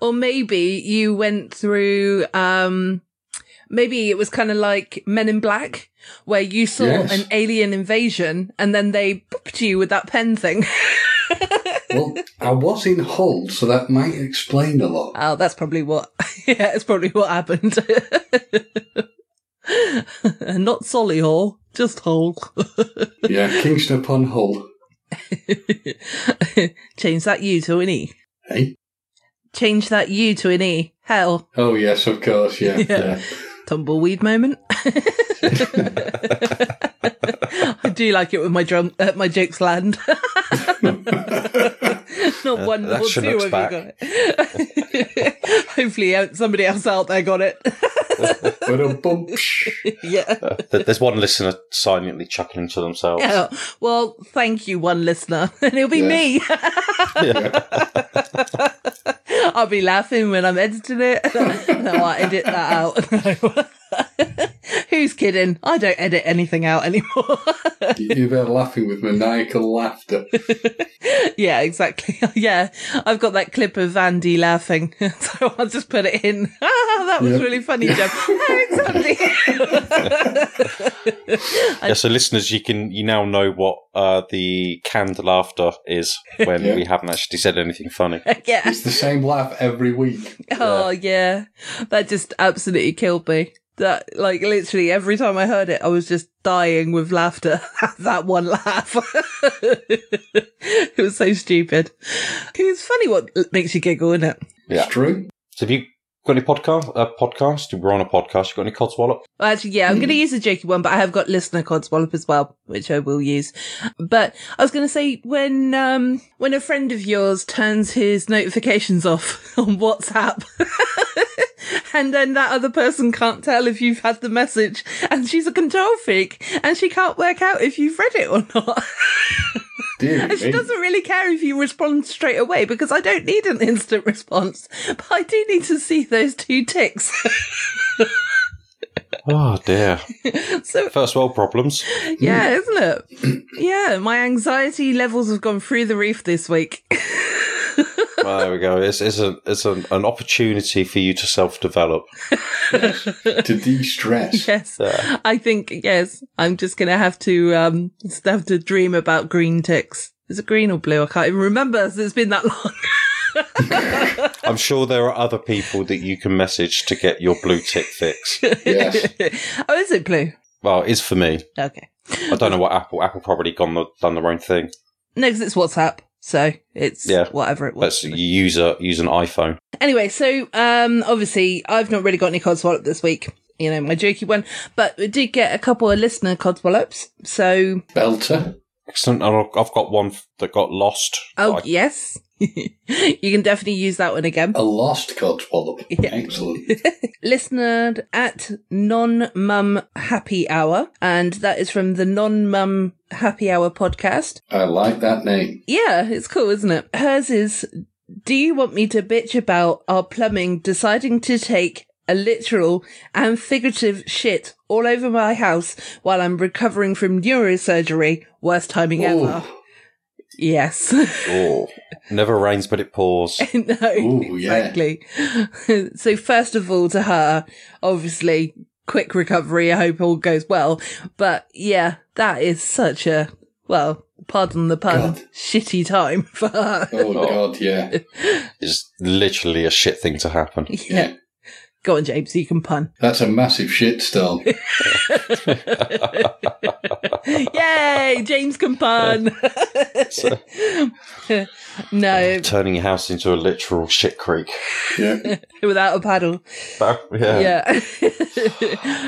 or maybe you went through um maybe it was kind of like Men in Black where you saw Yes. an alien invasion and then they booped you with that pen thing. [laughs] well, I was in Hull, so that might explain a lot. Oh, that's probably what. [laughs] Yeah, it's probably what happened. [laughs] Not Solihull, just Hull. [laughs] yeah, Kingston upon Hull. [laughs] Change that U to an E. Hey. Change that U to an E. Hell, Oh yes, of course. Yeah. Yeah. yeah. tumbleweed moment. [laughs] [laughs] I do like it when my drum, uh, my jokes land. Not one that or two Chinook's have back. you got it. [laughs] Hopefully, uh, somebody else out there got it. [laughs] But a bump. yeah. Uh, Th- There's one listener silently chuckling to themselves. [laughs] Yeah. Well, thank you, one listener, [laughs] and it'll be Yeah. me. [laughs] I'll be laughing when I'm [laughs] editing it. no, I edit that out. No. [laughs] Who's kidding? I don't edit anything out anymore. [laughs] You're there laughing with maniacal laughter. yeah, exactly. [laughs] Yeah, I've got that clip of Andy laughing, [laughs] so I'll just put it in. [laughs] Ah, that was Yeah. really funny, Jeff. [laughs] Thanks, Andy. Yeah, so listeners, you can you now know what uh, the canned laughter is when Yeah. we haven't actually said anything funny. [laughs] yeah. It's the same laugh every week. [laughs] Oh yeah, that just absolutely killed me. That like literally every time I heard it, I was just dying with laughter. [laughs] that one laugh, [laughs] it was so stupid. It's funny what makes you giggle, isn't it? Yeah. It's true. So have you got any podcast? Uh, podcast? We're on a podcast. You got any codswallop? Well, actually, yeah, I'm going to use a jokey one, but I have got listener codswallop as well, which I will use. But I was going to say when um when a friend of yours turns his notifications off [laughs] on WhatsApp, and then that other person can't tell if you've had the message, and she's a control freak, and she can't work out if you've read it or not, [laughs] Dear and she me. doesn't really care if you respond straight away because I don't need an instant [laughs] response, but I do need to see those two ticks. [laughs] Oh dear. so First world problems. Yeah, Mm. isn't [clears throat] it? yeah, my anxiety levels have gone through the roof this week. [laughs] Well, there we go. It's, it's, a, it's an, an opportunity for you to self develop. to [laughs] de-stress. yes, Yeah. I think yes. I'm just gonna have to um just have to dream about green ticks. Is it green or blue? I can't even remember. since It's been that [laughs] long. I'm sure there are other people that you can message to get your blue tick fix. Yes. oh, is it blue? Well, it's for me. Okay. I don't know what Apple. Apple probably gone the, done their own thing. No, 'cause it's WhatsApp, so it's Yeah. whatever it was. Let's you use a use an iPhone. Anyway, so um obviously I've not really got any codswallop this week. You know, my jokey one. But we did get a couple of listener codswallops. So Belter. Excellent. And I've I've got one that got lost. Oh I- yes, [laughs] you can definitely use that one again. A lost codswallop. Yeah. Excellent. Listener at non mum happy hour, and that is from the non mum happy hour podcast. I like that name. Yeah, it's cool, isn't it? Hers is. Do you want me to bitch about our plumbing deciding to take a literal and figurative shit all over my house while I'm recovering from neurosurgery? Worst timing ever. Oh, Yes. [laughs] Oh, never rains but it pours. no, Ooh, yeah. exactly. [laughs] so first of all, to her, obviously, quick recovery. I hope all goes well. But yeah, that is such a well, pardon the pun, God. shitty time [laughs] for her. oh God, yeah. It's literally a shit thing to happen. yeah. Yeah. go on, James, you [laughs] can pun. That's a massive [laughs] shitstorm. Yay, James can pun. [laughs] no, Turning your house into a literal shit creek. [laughs] Yeah. without a paddle. That- yeah. Yeah.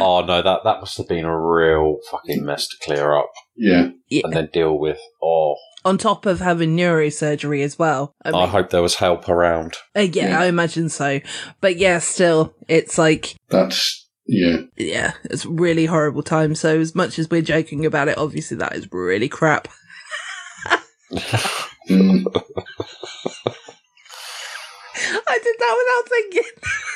Oh no, that that must have been a real fucking mess to clear up Yeah. and then deal with. Oh, [laughs] On top of having neurosurgery as well. I I, mean- hope there was help around. [laughs] Uh, yeah, Yeah. I imagine so. But yeah, still, it's like, That's yeah. yeah, it's really horrible time. So as much as we're joking about it, obviously that is really crap. [laughs] Mm. I did that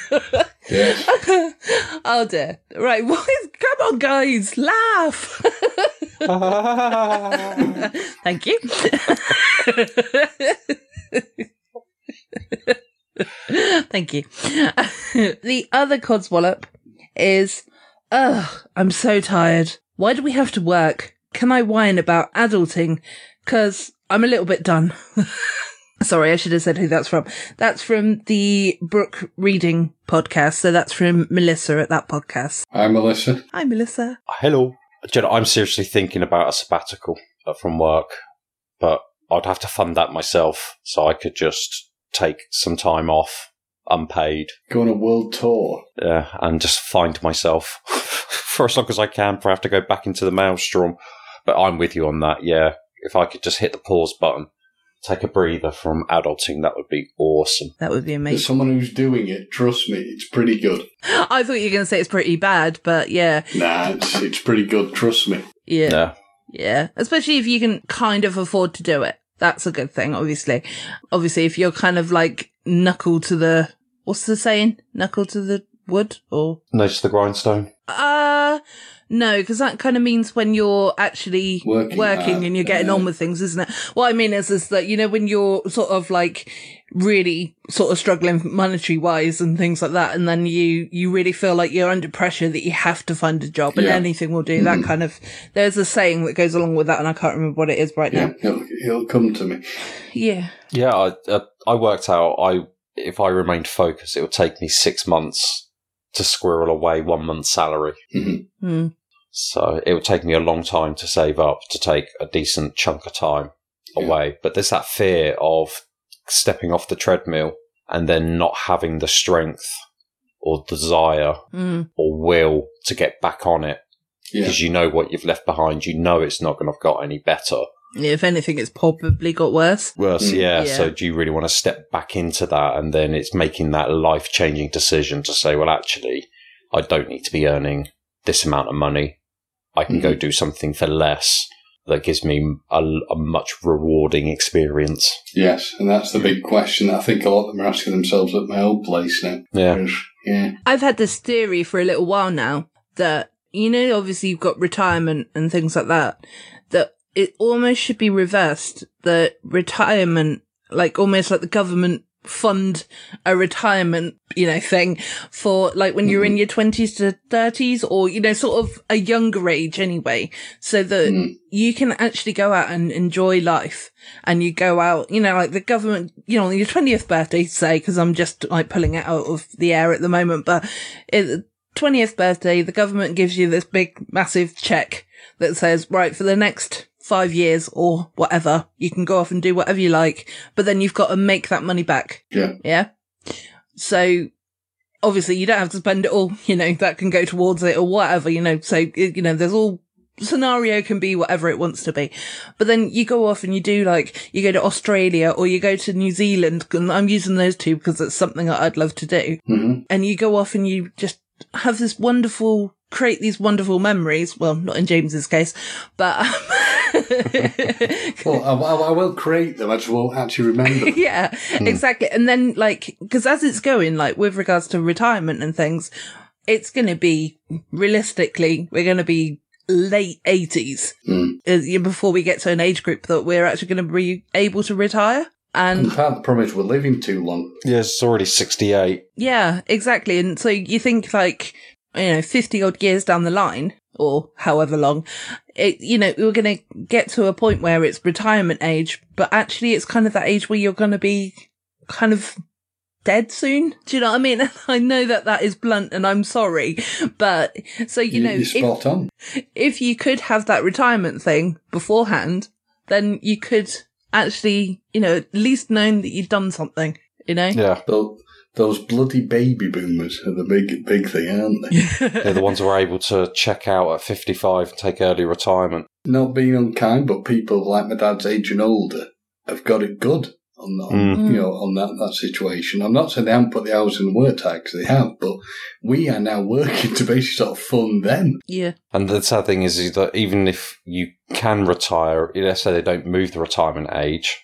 without Yes. thinking. [laughs] oh dear. Right, [laughs] what is, come on guys, laugh. [laughs] Thank you. [laughs] Thank you. [laughs] the other codswallop is, ugh, I'm so tired. Why do we have to work? Can I whine about adulting? Cause I'm a little bit done. [laughs] Sorry, I should have said who that's from. That's from the Brook Reading podcast. So that's from Melissa at that podcast. Hi, Melissa. Hi, Melissa. Hello, Do you know, I'm seriously thinking about a sabbatical uh, from work, but I'd have to fund that myself, so I could just take some time off, unpaid, Go on a world tour. yeah, uh, and just find myself [laughs] for as long as I can. For I have to go back into the maelstrom, but I'm with you on that. Yeah, if I could just hit the pause button take a breather from adulting, that would be awesome. That would be As amazing. someone who's doing it, trust me, it's pretty good. I thought you were going to say it's pretty bad, but yeah, Nah, it's, it's pretty good, trust me. yeah, Yeah. yeah. Especially if you can kind of afford to do it. That's a good thing, obviously. Obviously, if you're kind of like knuckle to the, what's the saying? Knuckle to the wood or, Notice the grindstone. uh, no, because that kind of means when you're actually Working working, hard, and you're getting yeah. on with things, isn't it? What I mean is, is that, you know, when you're sort of like really sort of struggling monetary wise and things like that, and then you, you really feel like you're under pressure that you have to find a job and Yeah. anything will do that Mhm. kind of, there's a saying that goes along with that, and I can't remember what it is right Yeah, now. it'll, it'll come to me. Yeah. Yeah, I, uh, I worked out. I if I remained focused, it would take me six months to squirrel away one month's salary. Hmm. So it would take me a long time to save up to take a decent chunk of time Yeah. away. But there's that fear of stepping off the treadmill and then not having the strength or desire Hmm. or will to get back on it Yeah. because you know what you've left behind. You know it's not going to have got any better. If anything, it's probably got worse. Worse, Mm. yeah. Yeah. So do you really want to step back into that? And then it's making that life changing decision to say, well, actually, I don't need to be earning this amount of money. I can go do something for less that gives me a, a much rewarding experience. Yes, and that's the big question that I think a lot of them are asking themselves at my old place now. Yeah. Yeah. I've had this theory for a little while now that, you know, obviously you've got retirement and things like that, that it almost should be reversed. That retirement, like almost like the government fund a retirement, you know, thing for like when you're in your 20s to 30s or, you know, sort of a younger age anyway, so that Mm. you can actually go out and enjoy life and you go out, you know, like the government, you know, on your 20th birthday, say, because I'm just like pulling it out of the air at the moment, but it, 20th birthday, the government gives you this big, massive check that says, right, for the next five years or whatever, you can go off and do whatever you like, but then you've got to make that money back. Yeah. Yeah. So obviously you don't have to spend it all, you know, that can go towards it or whatever, you know, so, you know, there's all scenario can be whatever it wants to be. But then you go off and you do like, you go to Australia or you go to New Zealand. And I'm using those two because it's something that I'd love to do. hmm And you go off and you just have this wonderful, create these wonderful memories. Well, not in James's case, but. um, [laughs] Well, I, I, I will create them. I just won't actually remember them. [laughs] yeah, exactly. And then like, cause as it's going, like with regards to retirement and things, it's going to be realistically, we're going to be late eighties Uh, Mm. before we get to an age group that we're actually going to be able to retire. And [laughs] And part of the problem is we're living too long. Yeah, it's already 68. yeah, exactly. And so you think like, you know, 50 odd years down the line or however long it, you know, we're going to get to a point where it's retirement age, but actually it's kind of that age where you're going to be kind of dead soon. Do you know what I mean? [laughs] I know that that is blunt and I'm sorry, but so, you, You know, are if- spot on. if you could have that retirement thing beforehand, then you could actually, you know, at least known that you've done something, you know? Yeah. Tho- Those bloody baby boomers are the big, big thing, aren't they? They're the ones who are able to check out at 55 and take early retirement. Not being unkind, but people like my dad's age and older have got it good on that, Mm. you know, on that, that situation. I'm not saying they haven't put the hours in the work tag, 'cause they have, but we are now working [laughs] to basically sort of fund them. [laughs] yeah. And the sad thing is, is that even if you can retire, let's say they don't move the retirement age,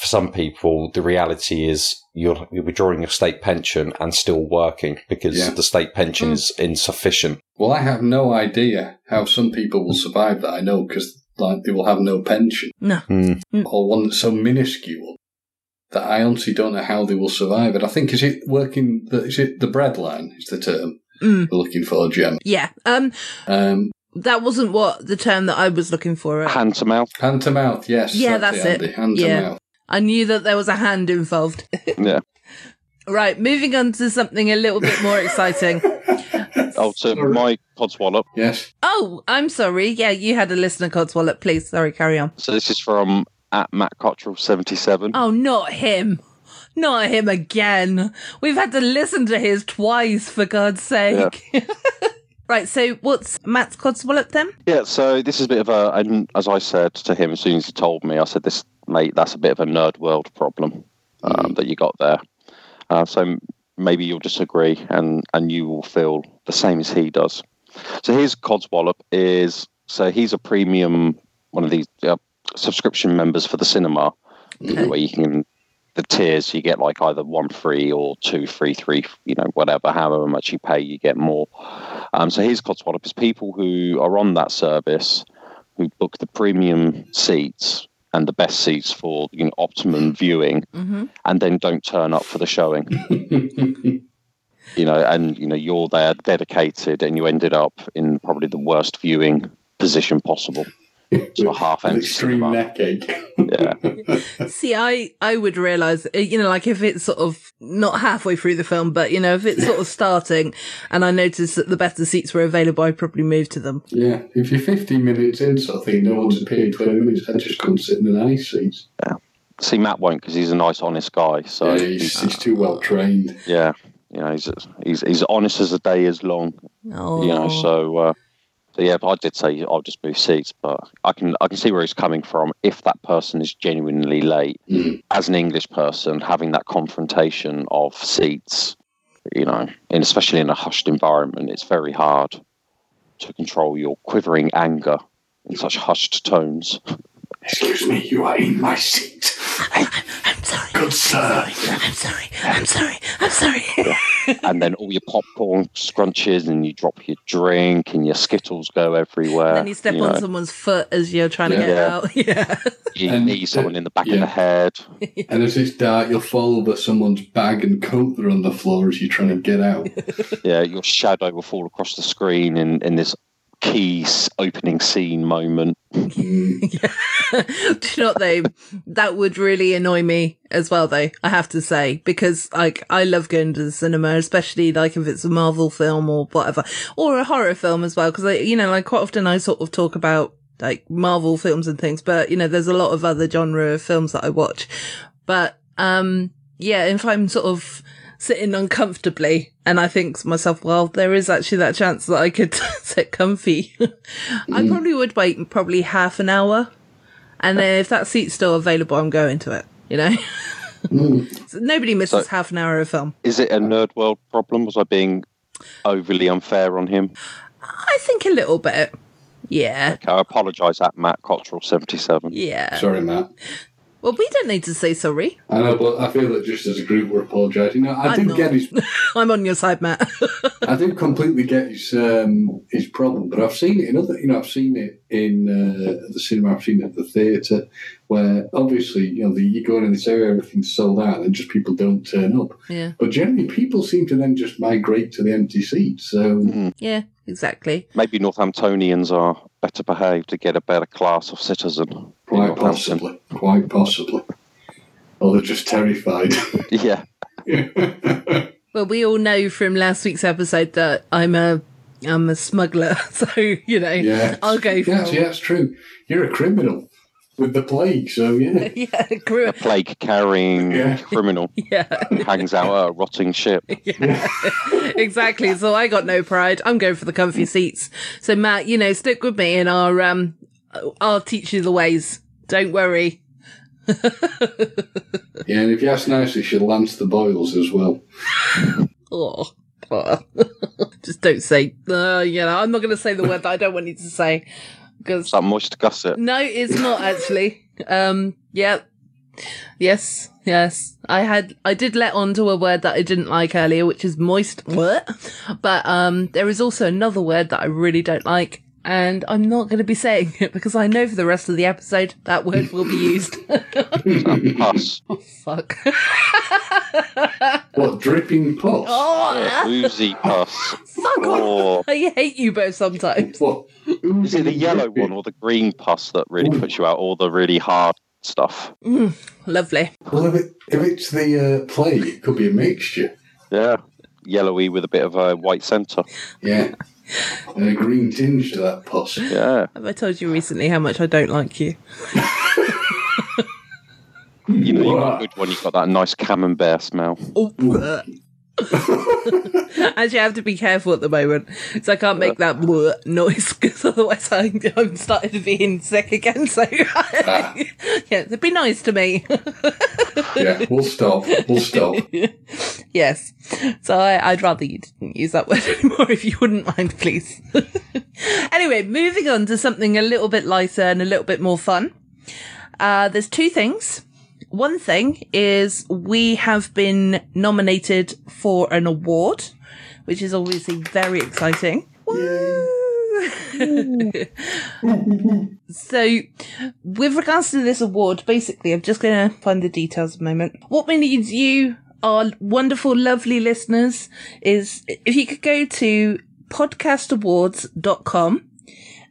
for some people, the reality is you'll, you'll be drawing your state pension and still working because Yeah. the state pension Mm. is insufficient. Well, I have no idea how some people will survive that. I know because like they will have no pension No. Mm. or one that's so minuscule that I honestly don't know how they will survive it. I think is it working? The, is it the breadline? Is the term Mm. we're looking for, Gem? Yeah. Um, Um, that wasn't what the term that I was looking for. I, Hand to mouth. hand to mouth. Yes. Yeah, that's it. Andy, Hand Yeah. to mouth. I knew that there was a hand involved. [laughs] Yeah. right. Moving on to something a little bit more [laughs] exciting. Oh, to my codswallop. Yes. Oh, I'm sorry. Yeah, you had a listener cod's wallet. Please. Sorry. Carry on. So this is from at Matt Cottrell seventy seven. Oh, not him. Not him again. We've had to listen to his twice, for God's sake. [laughs] Right, so what's Matt's codswallop then? Yeah, so this is a bit of a, and as I said to him as soon as he told me, I said, "This mate, that's a bit of a nerd world problem um, that you got there." Uh, so maybe you'll disagree, and and you will feel the same as he does. So his Codswallop is so he's a premium one of these uh, subscription members for the cinema, Okay. where you can the tiers you get like either one free or two free, three, you know, whatever, however much you pay, you get more. Um, so here's Codswallop is people who are on that service who book the premium seats and the best seats for you know optimum viewing Mm-hmm. and then don't turn up for the showing. you know, and you know you're there dedicated, and you ended up in probably the worst viewing position possible. So a half An empty extreme cinema. neck ache. Yeah, See, I I would realize, uh, you know, like if it's sort of not halfway through the film, but you know, if it's sort of starting, and I noticed that the better seats were available, I probably move to them. [laughs] Yeah, if you're 15 minutes in, sort of thing, no one's appeared 20 minutes, I just couldn't sit in the nice seats. see, Matt won't because he's a nice, honest guy. So yeah, he's, he's too well trained. yeah, you know, he's he's he's honest as the [laughs] day is long. Oh, You know, so. Uh, so yeah, but I did say I'll just move seats, but I can I can see where he's coming from. If that person is genuinely late, Mm. as an English person, having that confrontation of seats, you know, and especially in a hushed environment, it's very hard to control your quivering anger in such hushed tones. Excuse me, you are in my seat. I'm sorry. Good sir. I'm sorry. I'm sorry. I'm sorry. and then all your popcorn scrunches and you drop your drink and your Skittles go and [laughs] everywhere. then you step on know. someone's foot as you're trying to Yeah. get out. [laughs] Yeah. You And- knee someone in the back of yeah. [laughs] the head. And as it's dark, you'll fall over someone's bag and coat that are on the floor as you're trying to get [laughs] out. Yeah, your shadow will fall across the screen in, in this key s- opening scene moment. Mm. [laughs] Do you know what though? That would really annoy me as well though, I have to say, because like I love going to the cinema, especially like if it's a Marvel film or whatever, or a horror film as well, because I, you know, like quite often I sort of talk about like Marvel films and things, but you know, there's a lot of other genre of films that I watch. But, um, yeah, if I'm sort of sitting uncomfortably and I think to myself, well, there is actually that chance that I could [laughs] sit comfy. [laughs] I probably would wait probably half an hour and then if that seat's still available, I'm going to it. You know, Mm. [laughs] So nobody misses So- half an hour of film. Is it a nerd world problem? Was I being overly unfair on him? I think a little bit. Yeah, Okay, I apologise at Matt Cottrell seventy seven. yeah. Sorry, Matt. Well, we don't need to say sorry. I know, but I feel that just as a group, we're apologising. No, I I'm do not. get his, [laughs] I'm on your side, Matt. [laughs] I do completely get his um, his problem, but I've seen it in other, you know, I've seen it in uh, the cinema, I've seen it at the theatre, where obviously, you know, the, you go in and they say everything's sold out, and just people don't turn up. yeah, But generally, people seem to then just migrate to the empty seats. So yeah, exactly. Maybe Northamptonians are better behaved to get a better class of citizen. in quite Northampton. possibly, quite possibly, or they're just terrified. [laughs] Yeah. Well, we all know from last week's episode that I'm a I'm a smuggler, [laughs] so you know yeah, I'll go for Yeah, see, that's true. You're a criminal with the plague, so yeah. [laughs] [laughs] yeah, gr- A plague [laughs] carrying Yeah. criminal yeah, hangs out at a rotting ship. exactly. So I got no pride. I'm going for the comfy seats. So Matt, you know, stick with me, and I'll um, I'll teach you the ways. Don't worry. Yeah, and if you ask nicely, she'll lance the boils as well. Oh, oh. [laughs] just don't say. Uh, you know, I'm not going to say the word that I don't want you to say because It's like moist gusset. no, it's not actually. Um, yeah, yes, yes. I had, I did let on to a word that I didn't like earlier, which is moist. What? But um, there is also another word that I really don't like. And I'm not going to be saying it because I know for the rest of the episode that word will be used. [laughs] Pus. Fuck. [laughs] What, dripping pus? oh, Oozy pus. fuck off. Or I hate you both sometimes. What? is it the yellow one or the green pus that really puts you out? Or the really hard stuff? Lovely. Well, if, it, if it's the uh, plague, it could be a mixture. Yeah. Yellowy with a bit of a white centre. [laughs] Yeah. And a green tinge to that pus. Yeah. Have I told you recently how much I don't like you? You know, you got a good one. You've got that nice camembert smell. Oh, uh, Actually, I have to be careful at the moment, so I can't make that "wuh" noise because otherwise I'm, I'm starting to be in sick again. So, [laughs] Ah. yeah, so be nice to me. yeah, we'll stop. We'll stop. yes. So I, I'd rather you didn't use that [laughs] word anymore if you wouldn't mind, please. [laughs] anyway, moving on to something a little bit lighter and a little bit more fun. Uh, there's two things. One thing is we have been nominated for an award, which is obviously very exciting. Woo! [laughs] so with regards to this award, basically, I'm just going to find the details a moment. What we need you, our wonderful, lovely listeners, is if you could go to podcastawards.com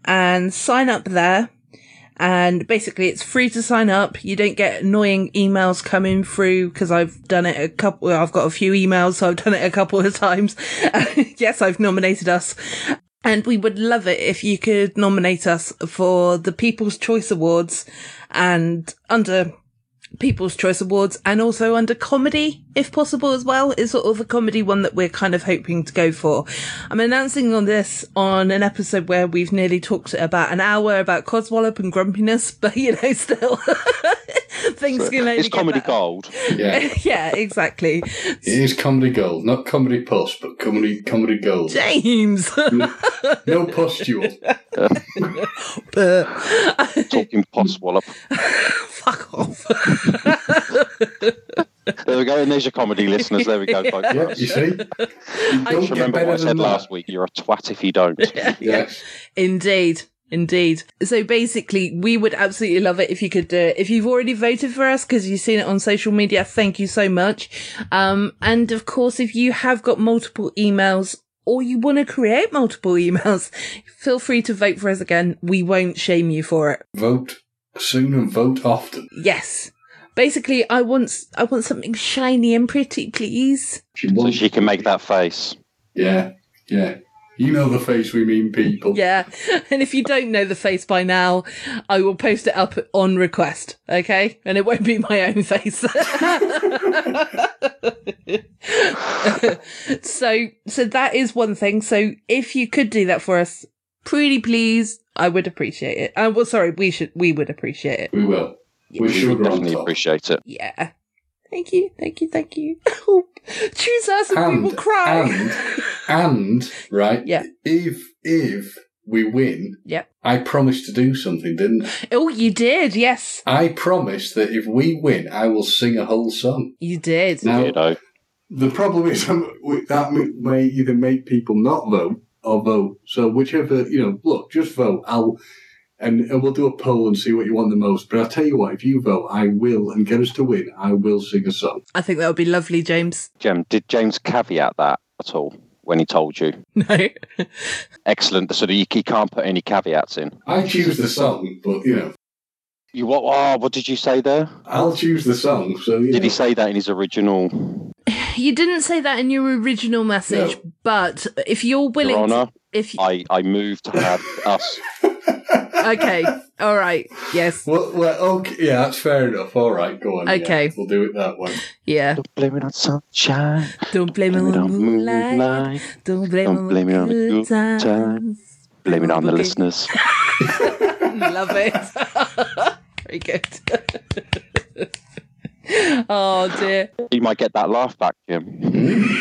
and sign up there. And basically, it's free to sign up. You don't get annoying emails coming through because I've done it a couple. well, I've got a few emails, so I've done it a couple of times. [laughs] yes, I've nominated us. And we would love it if you could nominate us for the People's Choice Awards and under People's Choice Awards and also under comedy, if possible, as well, is sort of a comedy one that we're kind of hoping to go for. I'm announcing on this on an episode where we've nearly talked about an hour about Coswallop and grumpiness, [laughs] but you know, still [laughs] things can only It's get comedy better. gold. Yeah, [laughs] yeah, exactly. it is comedy gold, not comedy puss, but comedy comedy [laughs] gold. James. No pustule. Uh, Talking poss wallop. [laughs] Fuck off. There we go. And there's your comedy listeners. There we go. Yeah, Digress. you see, you don't Just get remember better what than I said that. last week. You're a twat if you don't. Yes, Indeed. Indeed. So basically, we would absolutely love it if you could do it. If you've already voted for us because you've seen it on social media, thank you so much. Um, and of course, if you have got multiple emails or you want to create multiple [laughs] emails, feel free to vote for us again. We won't shame you for it. vote soon and vote often. Yes. Basically, I want, s- I want something shiny and pretty, please. She So wants- she can make that face. Yeah, yeah. You know the face we mean, people. Yeah. [laughs] And if you don't know the face by now, I will post it up on request. Okay. And it won't be my own face. [laughs] so, so that is one thing. So if you could do that for us, pretty please, I would appreciate it. Uh, well, sorry, we should, we would appreciate it. We will. We're We would sugar on definitely top. appreciate it. Yeah. Thank you. Thank you. Thank you. [laughs] Choose us and, we will And- cry. and- And right, Yeah. If if we win, Yep. I promised to do something, didn't I? [laughs] oh, you did. Yes, I promised that if we win, I will sing a whole song. you did. Now, You know. the problem is [laughs] um, we- that may- may either make people not vote or vote. So whichever, you know, look, just vote. I'll and, and we'll do a poll and see what you want the most. But I'll tell you what, if you vote, I will, and get us to win, I will sing a song. I think that would be lovely, James. [laughs] Jem, did James caveat that at all when he told you? No. Excellent. So that you, he can't put any caveats in. I choose the song, but you know, You what? Oh, what did you say there? I'll choose the song. So you Did he know. say that in his original You didn't say that in your original message, but if you're willing, Your Honor? to, if you, I, I moved to have us. okay, all right, [laughs] yes, Well, well, okay, yeah, that's fair enough. All right, go on. yeah. Okay. we'll do it that way. yeah. Don't blame it on sunshine. Don't blame Blame it it on on moonlight. moonlight. Don't blame Don't blame it on the good times. time. Blame it on the Okay. listeners. [laughs] Love it. [laughs] Very good. [laughs] oh dear. You might get that laugh back, Jim.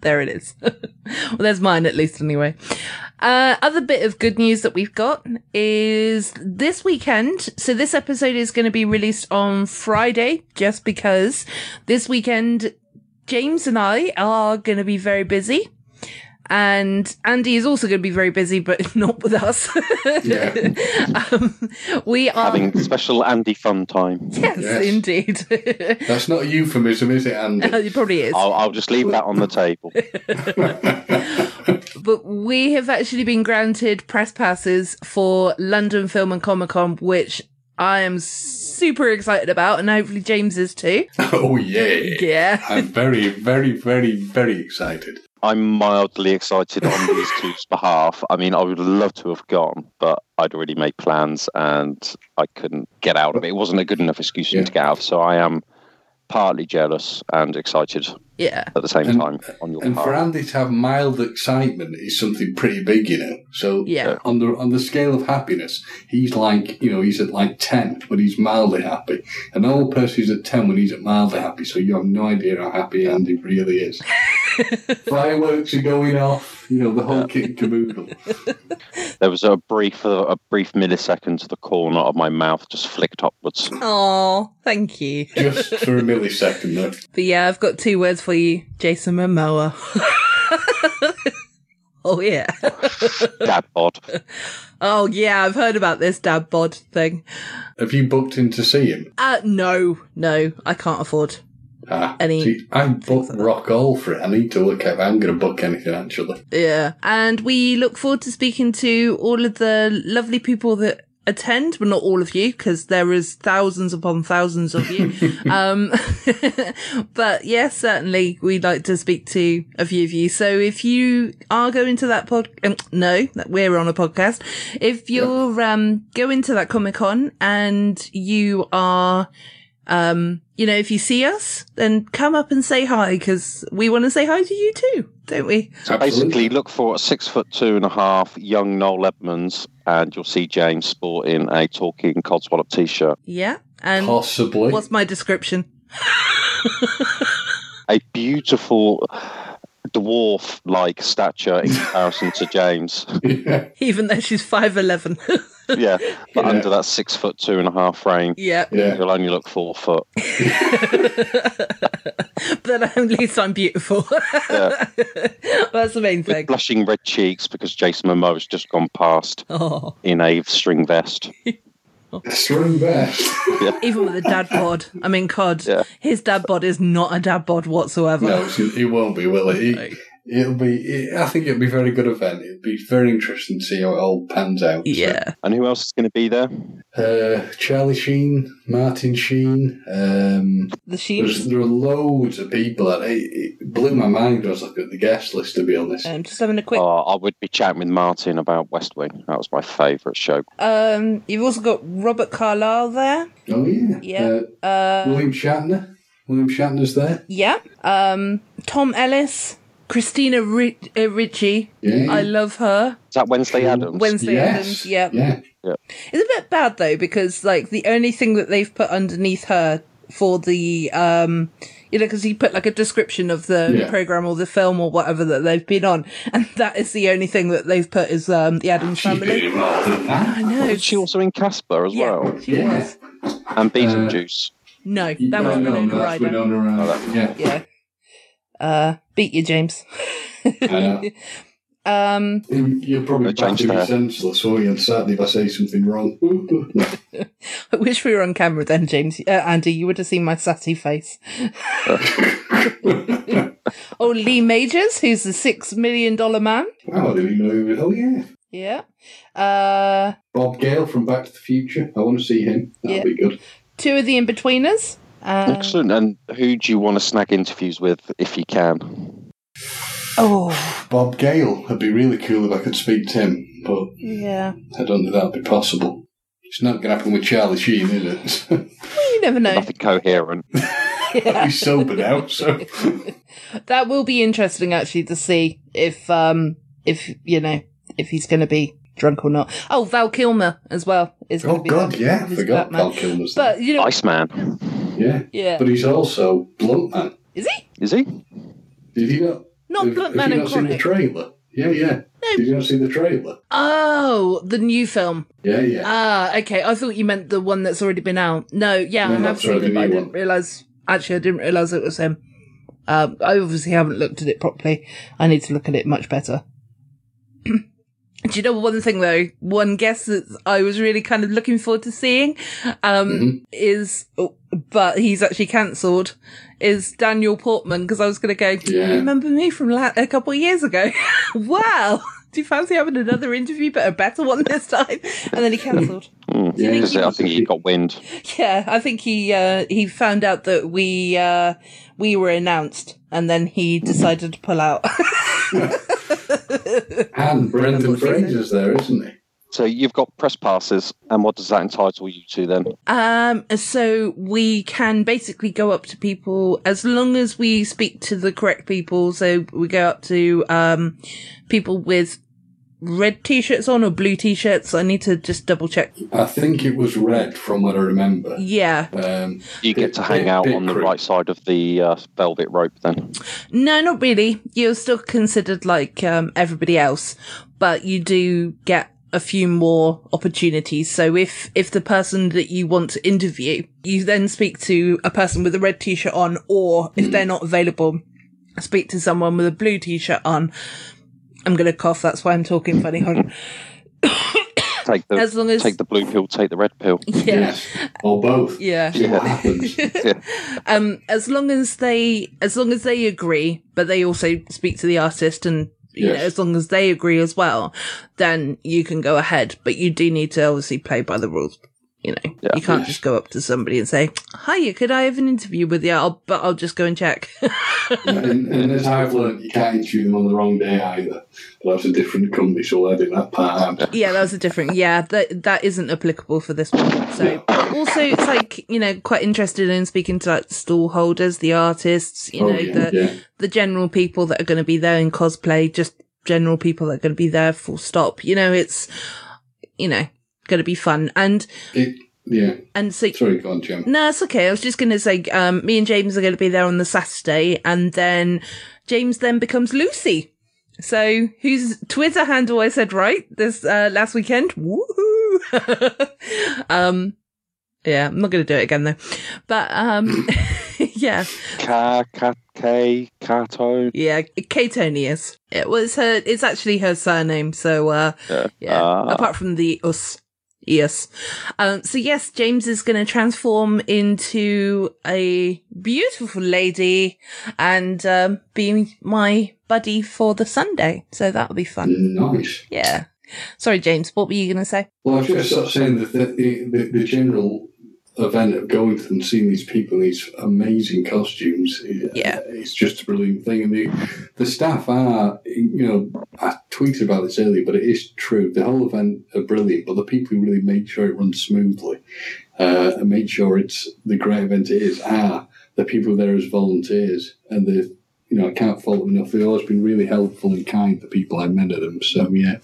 there it is. [laughs] well, there's mine at least anyway. Uh, other bit of good news that we've got is this weekend. So this episode is going to be released on Friday, just because this weekend James and I are going to be very busy. And Andy is also going to be very busy, but [laughs] not with us. Yeah. [laughs] um, we are. Having special Andy fun time. [laughs] yes, Yes. indeed. [laughs] That's not a euphemism, is it, Andy? it probably is. I'll, I'll just leave that on the table. but we have actually been granted press passes for London Film and Comic Con, which I am super excited about, and hopefully James is too. oh yeah. Yeah. I'm very, very, very, very excited. I'm mildly excited on these two's behalf. I mean, I would love to have gone, but I'd already made plans and I couldn't get out of it. It wasn't a good enough excuse for me Yeah. to get out. So I am partly jealous and excited Yeah. at the same And- time on your And for part. Andy to have mild excitement is something pretty big, you know. So uh, Yeah. on the on the scale of happiness, he's like you know he's at like ten when he's mildly happy. An old person is at ten when he's at mildly happy. So you have no idea how happy Andy really [laughs] is. Fireworks are going off. You know the whole kit and caboodle. There was a brief, uh, a brief millisecond to the corner of my mouth just [laughs] flicked upwards. Oh, thank you. Just for a millisecond, though. But yeah, I've got two words for you Jason Momoa. [laughs] oh, yeah. Dad bod. Oh, yeah, I've heard about this dad bod thing. Have you booked in to see him? Uh, no, no, I can't afford. Ah, Any- see, I booked rock all for it. I need to look out. if I'm going to book anything actually. Yeah. And we look forward to speaking to all of the lovely people that attend, but not all of you, because there is thousands upon thousands of you. um, [laughs] but yeah, certainly we'd like to speak to a few of you. So if you are going to that pod, um, no, that we're on a podcast. If you're, um, going to that Comic Con and you are, um, you know, if you see us, then come up and say hi because we want to say hi to you too, don't we? So basically, look for a six foot two and a half young Noel Edmonds, and you'll see James sporting a talking Codswallop t shirt. Yeah. And Possibly. what's my description? A beautiful dwarf like stature in comparison [laughs] to James. yeah. Even though she's 5'11. Yeah, but Yeah. under that six foot two and a half frame. [laughs] yeah. [laughs] yeah. You'll only look four foot. [laughs] But at least I'm beautiful. [laughs] Yeah. That's the main With thing. blushing red cheeks because Jason Momoa's just gone past Oh. in a [laughs] string vest. String best. Even with a dad bod, I mean, Cod, Yeah. his dad bod is not a dad bod whatsoever. [laughs] No, it's- it won't be, will it? No. it it'll be. It, I think it'll be a very good event. It'll be very interesting to see how it all pans out. So, Yeah. And who else is going to [laughs] be there? uh, Charlie Sheen, Martin Sheen. Um, The there's, sheep. there are loads of people. That, it, it blew my mind when I was looking at the guest list. To be honest, I'm Um, just having a quick. Oh, I would be chatting with Martin about West Wing. That was my favourite show. Um, you've also got Robert Carlyle there. oh yeah, Yeah. Uh, Uh, William Shatner. William Shatner's there. yeah. Um, Tom Ellis. Christina Ri- uh, Ritchie. Yeah. I love her. Is that Wednesday Adams? Wednesday yes. Adams. Yeah. Yeah. It's a bit bad though because like the only thing that they've put underneath her for the um you know because he put like a description of the Yeah. program or the film or whatever that they've been on [laughs] and that is the only thing that they've put is um the Adams She paid family. him more than that. I know. Is she also in Casper as yeah, well? she Ah, Yeah. was. And Beetlejuice. No, that No, was no, Winona that's Ryder. Winona Ryder. Yeah. Yeah. Uh, beat you, James. I know. [laughs] um, You're probably I changed battery that. senseless, won't you? And Saturday, if I say something wrong, [laughs] No. I wish we were on camera then, James. Uh, Andy, you would have seen my sassy face. oh, Lee Majors, who's the six million dollar man. wow, I didn't even know. Who was, oh yeah, Yeah. Uh, Bob Gale from Back to the Future. I want to see him. That'll Yeah. be good. two of the in betweeners. Uh, Excellent. And who do you want to snag interviews with if you can? oh, Bob Gale. It'd be really cool if I could speak to him, but yeah. I don't think that'll be possible. It's not going to happen with Charlie Sheen, is it? [laughs] You never Uh, know. Nothing coherent. [laughs] He's sober now, so That will be interesting actually to see if um if you know if he's going to be drunk or not. Oh, Val Kilmer as well is. gonna oh be god, there. yeah, I He's forgot Batman. Val Kilmer's there. But you know, Iceman. yeah, yeah, but he's also Blunt Man. is he Is he? Did he not? not have- Blunt have Man you and not seen the Chronic? trailer? Yeah, yeah. Did you not see the trailer? Oh, the new film. Yeah, yeah. Ah, okay. I thought you meant the one that's already been out. No, yeah, No, I have that's seen right, it, the but I new didn't one. realize. Actually, I didn't realize it was him. Um, I obviously haven't looked at it properly. I need to look at it much better. [clears throat] Do you know one thing though? One guess that I was really kind of looking forward to seeing um, is, but he's actually cancelled. Is Daniel Portman because I was going to go. Yeah. Remember me from la- a couple of years ago? [laughs] wow. Do you fancy having another interview, but a better one this time? And then he cancelled. Hmm. Yeah, think 'Cause he I was- think he got wind. Yeah, I think he uh, he found out that we uh, we were announced, and then he decided to pull out. [laughs] And Brendan That's what she said. Fraser's there, isn't he? So you've got press passes, and what does that entitle you to then? Um, so we can basically go up to people as long as we speak to the correct people. So we go up to um, people with red t-shirts on or blue t-shirts. I need to just double check. I think it was red from what I remember. Yeah, Um, You get to hang out on the right side of the uh, velvet rope then. no, not really. You're still considered like um, everybody else, but you do get a few more opportunities. So if if the person that you want to interview, you then speak to a person with a red t-shirt on, or if they're not available, speak to someone with a blue t-shirt on. I'm gonna cough. That's why I'm talking funny. Hold on. Take the As long as- take the blue pill, take the red pill. [laughs] Yeah, Yes. Or both. yeah. See what [laughs] happens. Um, as long as they, as long as they agree, but they also speak to the artist, and you Yes. know, as long as they agree as well, then you can go ahead. But you do need to obviously play by the rules. You know, Yeah. you can't Yes. just go up to somebody and say, "Hiya, could I have an interview with you?" I'll, but I'll just go and check. [laughs] and, and as I've learned, you can't interview them on the wrong day either. That's a different company, so I did that part out. yeah, that was a different. Yeah, that that isn't applicable for this one. So but also, it's like you know, quite interested in speaking to like stall holders, the artists, you oh, know, yeah, the yeah. the general people that are going to be there in cosplay, just general people that are going to be there full stop. You know, it's, you know, going to be fun. And, It, yeah. and so, Sorry, go on, Jim. no, it's okay. I was just going to say, um, me and James are going to be there on the Saturday and then James then becomes Lucy. So whose Twitter handle I said right this, uh, last weekend. Woohoo. [laughs] um, yeah, I'm not going to do it again though, but, um, [laughs] yeah. Ka ka K Kato. Yeah, Catonius. It was her. It's actually her surname. So uh, Yeah. yeah. Ah. Apart from the us, yes. Um, so yes, James is going to transform into a beautiful lady and um, be my buddy for the Sunday. So that'll be fun. Mm. Nice. Yeah. Sorry, James. What were you going to say? Well, I was just sort of saying that the, the, the, the general event of going and seeing these people in these amazing costumes, uh, Yeah. it's just a brilliant thing. And the, the staff are, you know, I tweeted about this earlier, but it is true. The whole event are brilliant, but the people who really make sure it runs smoothly uh, and make sure it's the great event it is are the people there as volunteers. And the you know, I can't fault them enough. They've always been really helpful and kind, the people I met at them. So, yeah.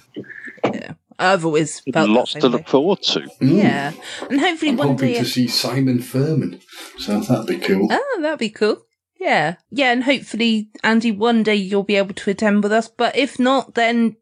I've always felt that Lots same to Mm. way. look forward to. Yeah, and hopefully I'm one hoping day. to see Simon Furman, so that'd be cool. Oh, that'd be cool. Yeah. Yeah, and hopefully, Andy, one day you'll be able to attend with us. But if not, then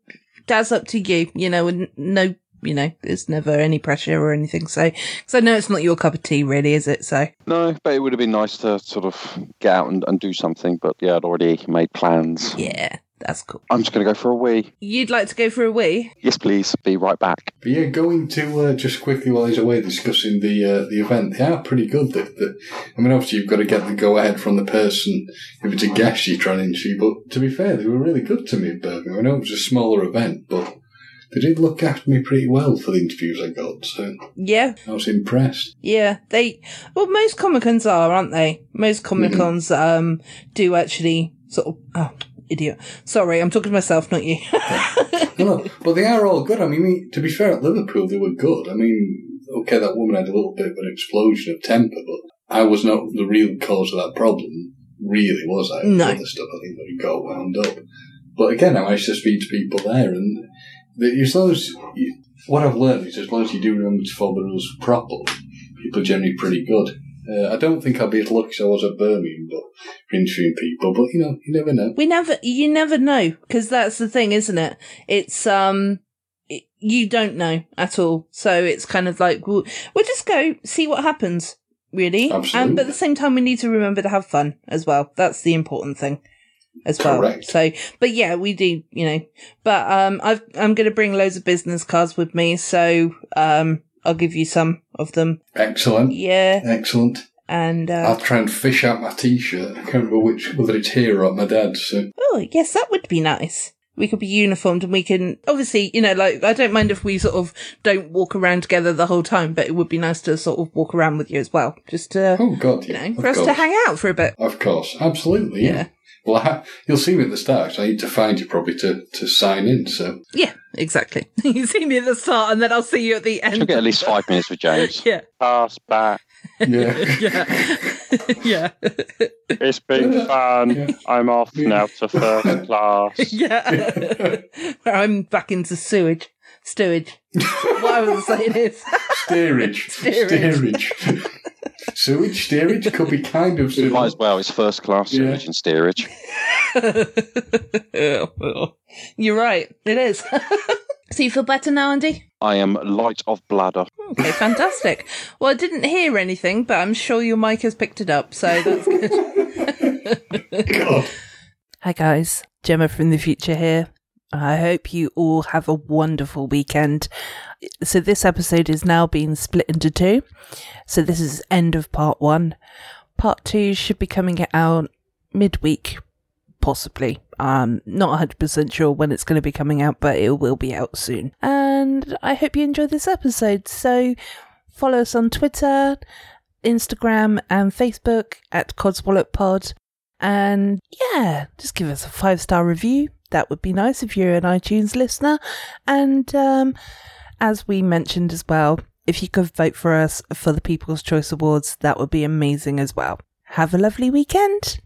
that's up to you, you know, and no, you know, there's never any pressure or anything. So, because I know it's not your cup of tea, really, is it? So, No, but it would have been nice to sort of get out and, and do something. But yeah, I'd already made plans. yeah, that's cool. I'm just going to go for a wee. You'd like to go for a wee? Yes, please. Be right back. But yeah, going to uh, just quickly while he's away discussing the uh, the event, they are pretty good. The, the, I mean, obviously you've got to get the go ahead from the person if it's a guest you're trying to interview. But to be fair, they were really good to me at Birmingham. I know it was a smaller event, but they did look after me pretty well for the interviews I got. So Yeah. I was impressed. Yeah. They, well, most Comic Cons are, aren't they? Most Comic Cons, um, do actually sort of, oh, idiot. Sorry, I'm talking to myself, not you. No, no, but they are all good. I mean, to be fair, at Liverpool they were good. I mean, okay, that woman had a little bit of an explosion of temper, but I was not the real cause of that problem, really, was I? No. The other stuff I think that we got wound up. But again, I managed to speak to people there, and the, as long as you, what I've learned is as long as you do remember to follow the rules properly, people are generally pretty good. Uh, I don't think I'll be as lucky as I was at Birmingham, but for interviewing people. But you know, you never know. We never, you never know, because that's the thing, isn't it? It's, um, it, you don't know at all. So it's kind of like, we'll, we'll just go see what happens, really. And, Absolutely. but at the same time, we need to remember to have fun as well. That's the important thing as well. Correct. So, but yeah, we do, you know, but, um, I've, I'm going to bring loads of business cards with me. So, um, I'll give you some of them. Excellent, Yeah. excellent. And, uh, I'll try and fish out my T-shirt. I can't remember which whether it's here or at my dad's. So Oh, yes, that would be nice. We could be uniformed and we can, obviously, you know, like, I don't mind if we sort of don't walk around together the whole time, but it would be nice to sort of walk around with you as well, just to, oh god, you yeah, know, of for us to course. hang out for a bit. Of course, absolutely, yeah. Yeah. Well, I, you'll see me at the start. 'cause I need to find you probably to, to sign in. So Yeah, [laughs] exactly. you see me at the start, and then I'll see you at the Should end. get at least five minutes with [laughs] James. Yeah, Pass back. [laughs] yeah, yeah, yeah, It's been fun. I'm off now to first class. [laughs] yeah. Where I'm back into sewage, stewage. what I was saying [laughs] is, steerage, Steerage. steerage, [laughs] sewage, steerage could be kind of You might sewage. as well. It's first class Yeah. sewage and steerage. you're right. It [laughs] is. so you feel better now, Andy? I am light of bladder. Okay, fantastic. Well, I didn't hear anything, but I'm sure your mic has picked it up, so that's good. God. [laughs] Hi guys, Gemma from the future here. I hope you all have a wonderful weekend. So this episode is now being split into two. So this is end of part one. Part two should be coming out midweek, possibly. Um, not 100% sure when it's going to be coming out, but it will be out soon. And I hope you enjoy this episode. So follow us on Twitter, Instagram, and Facebook at Codswallop Pod. And yeah, just give us a five star review. That would be nice if you're an iTunes listener. And um, as we mentioned as well, if you could vote for us for the People's Choice Awards, that would be amazing as well. Have a lovely weekend.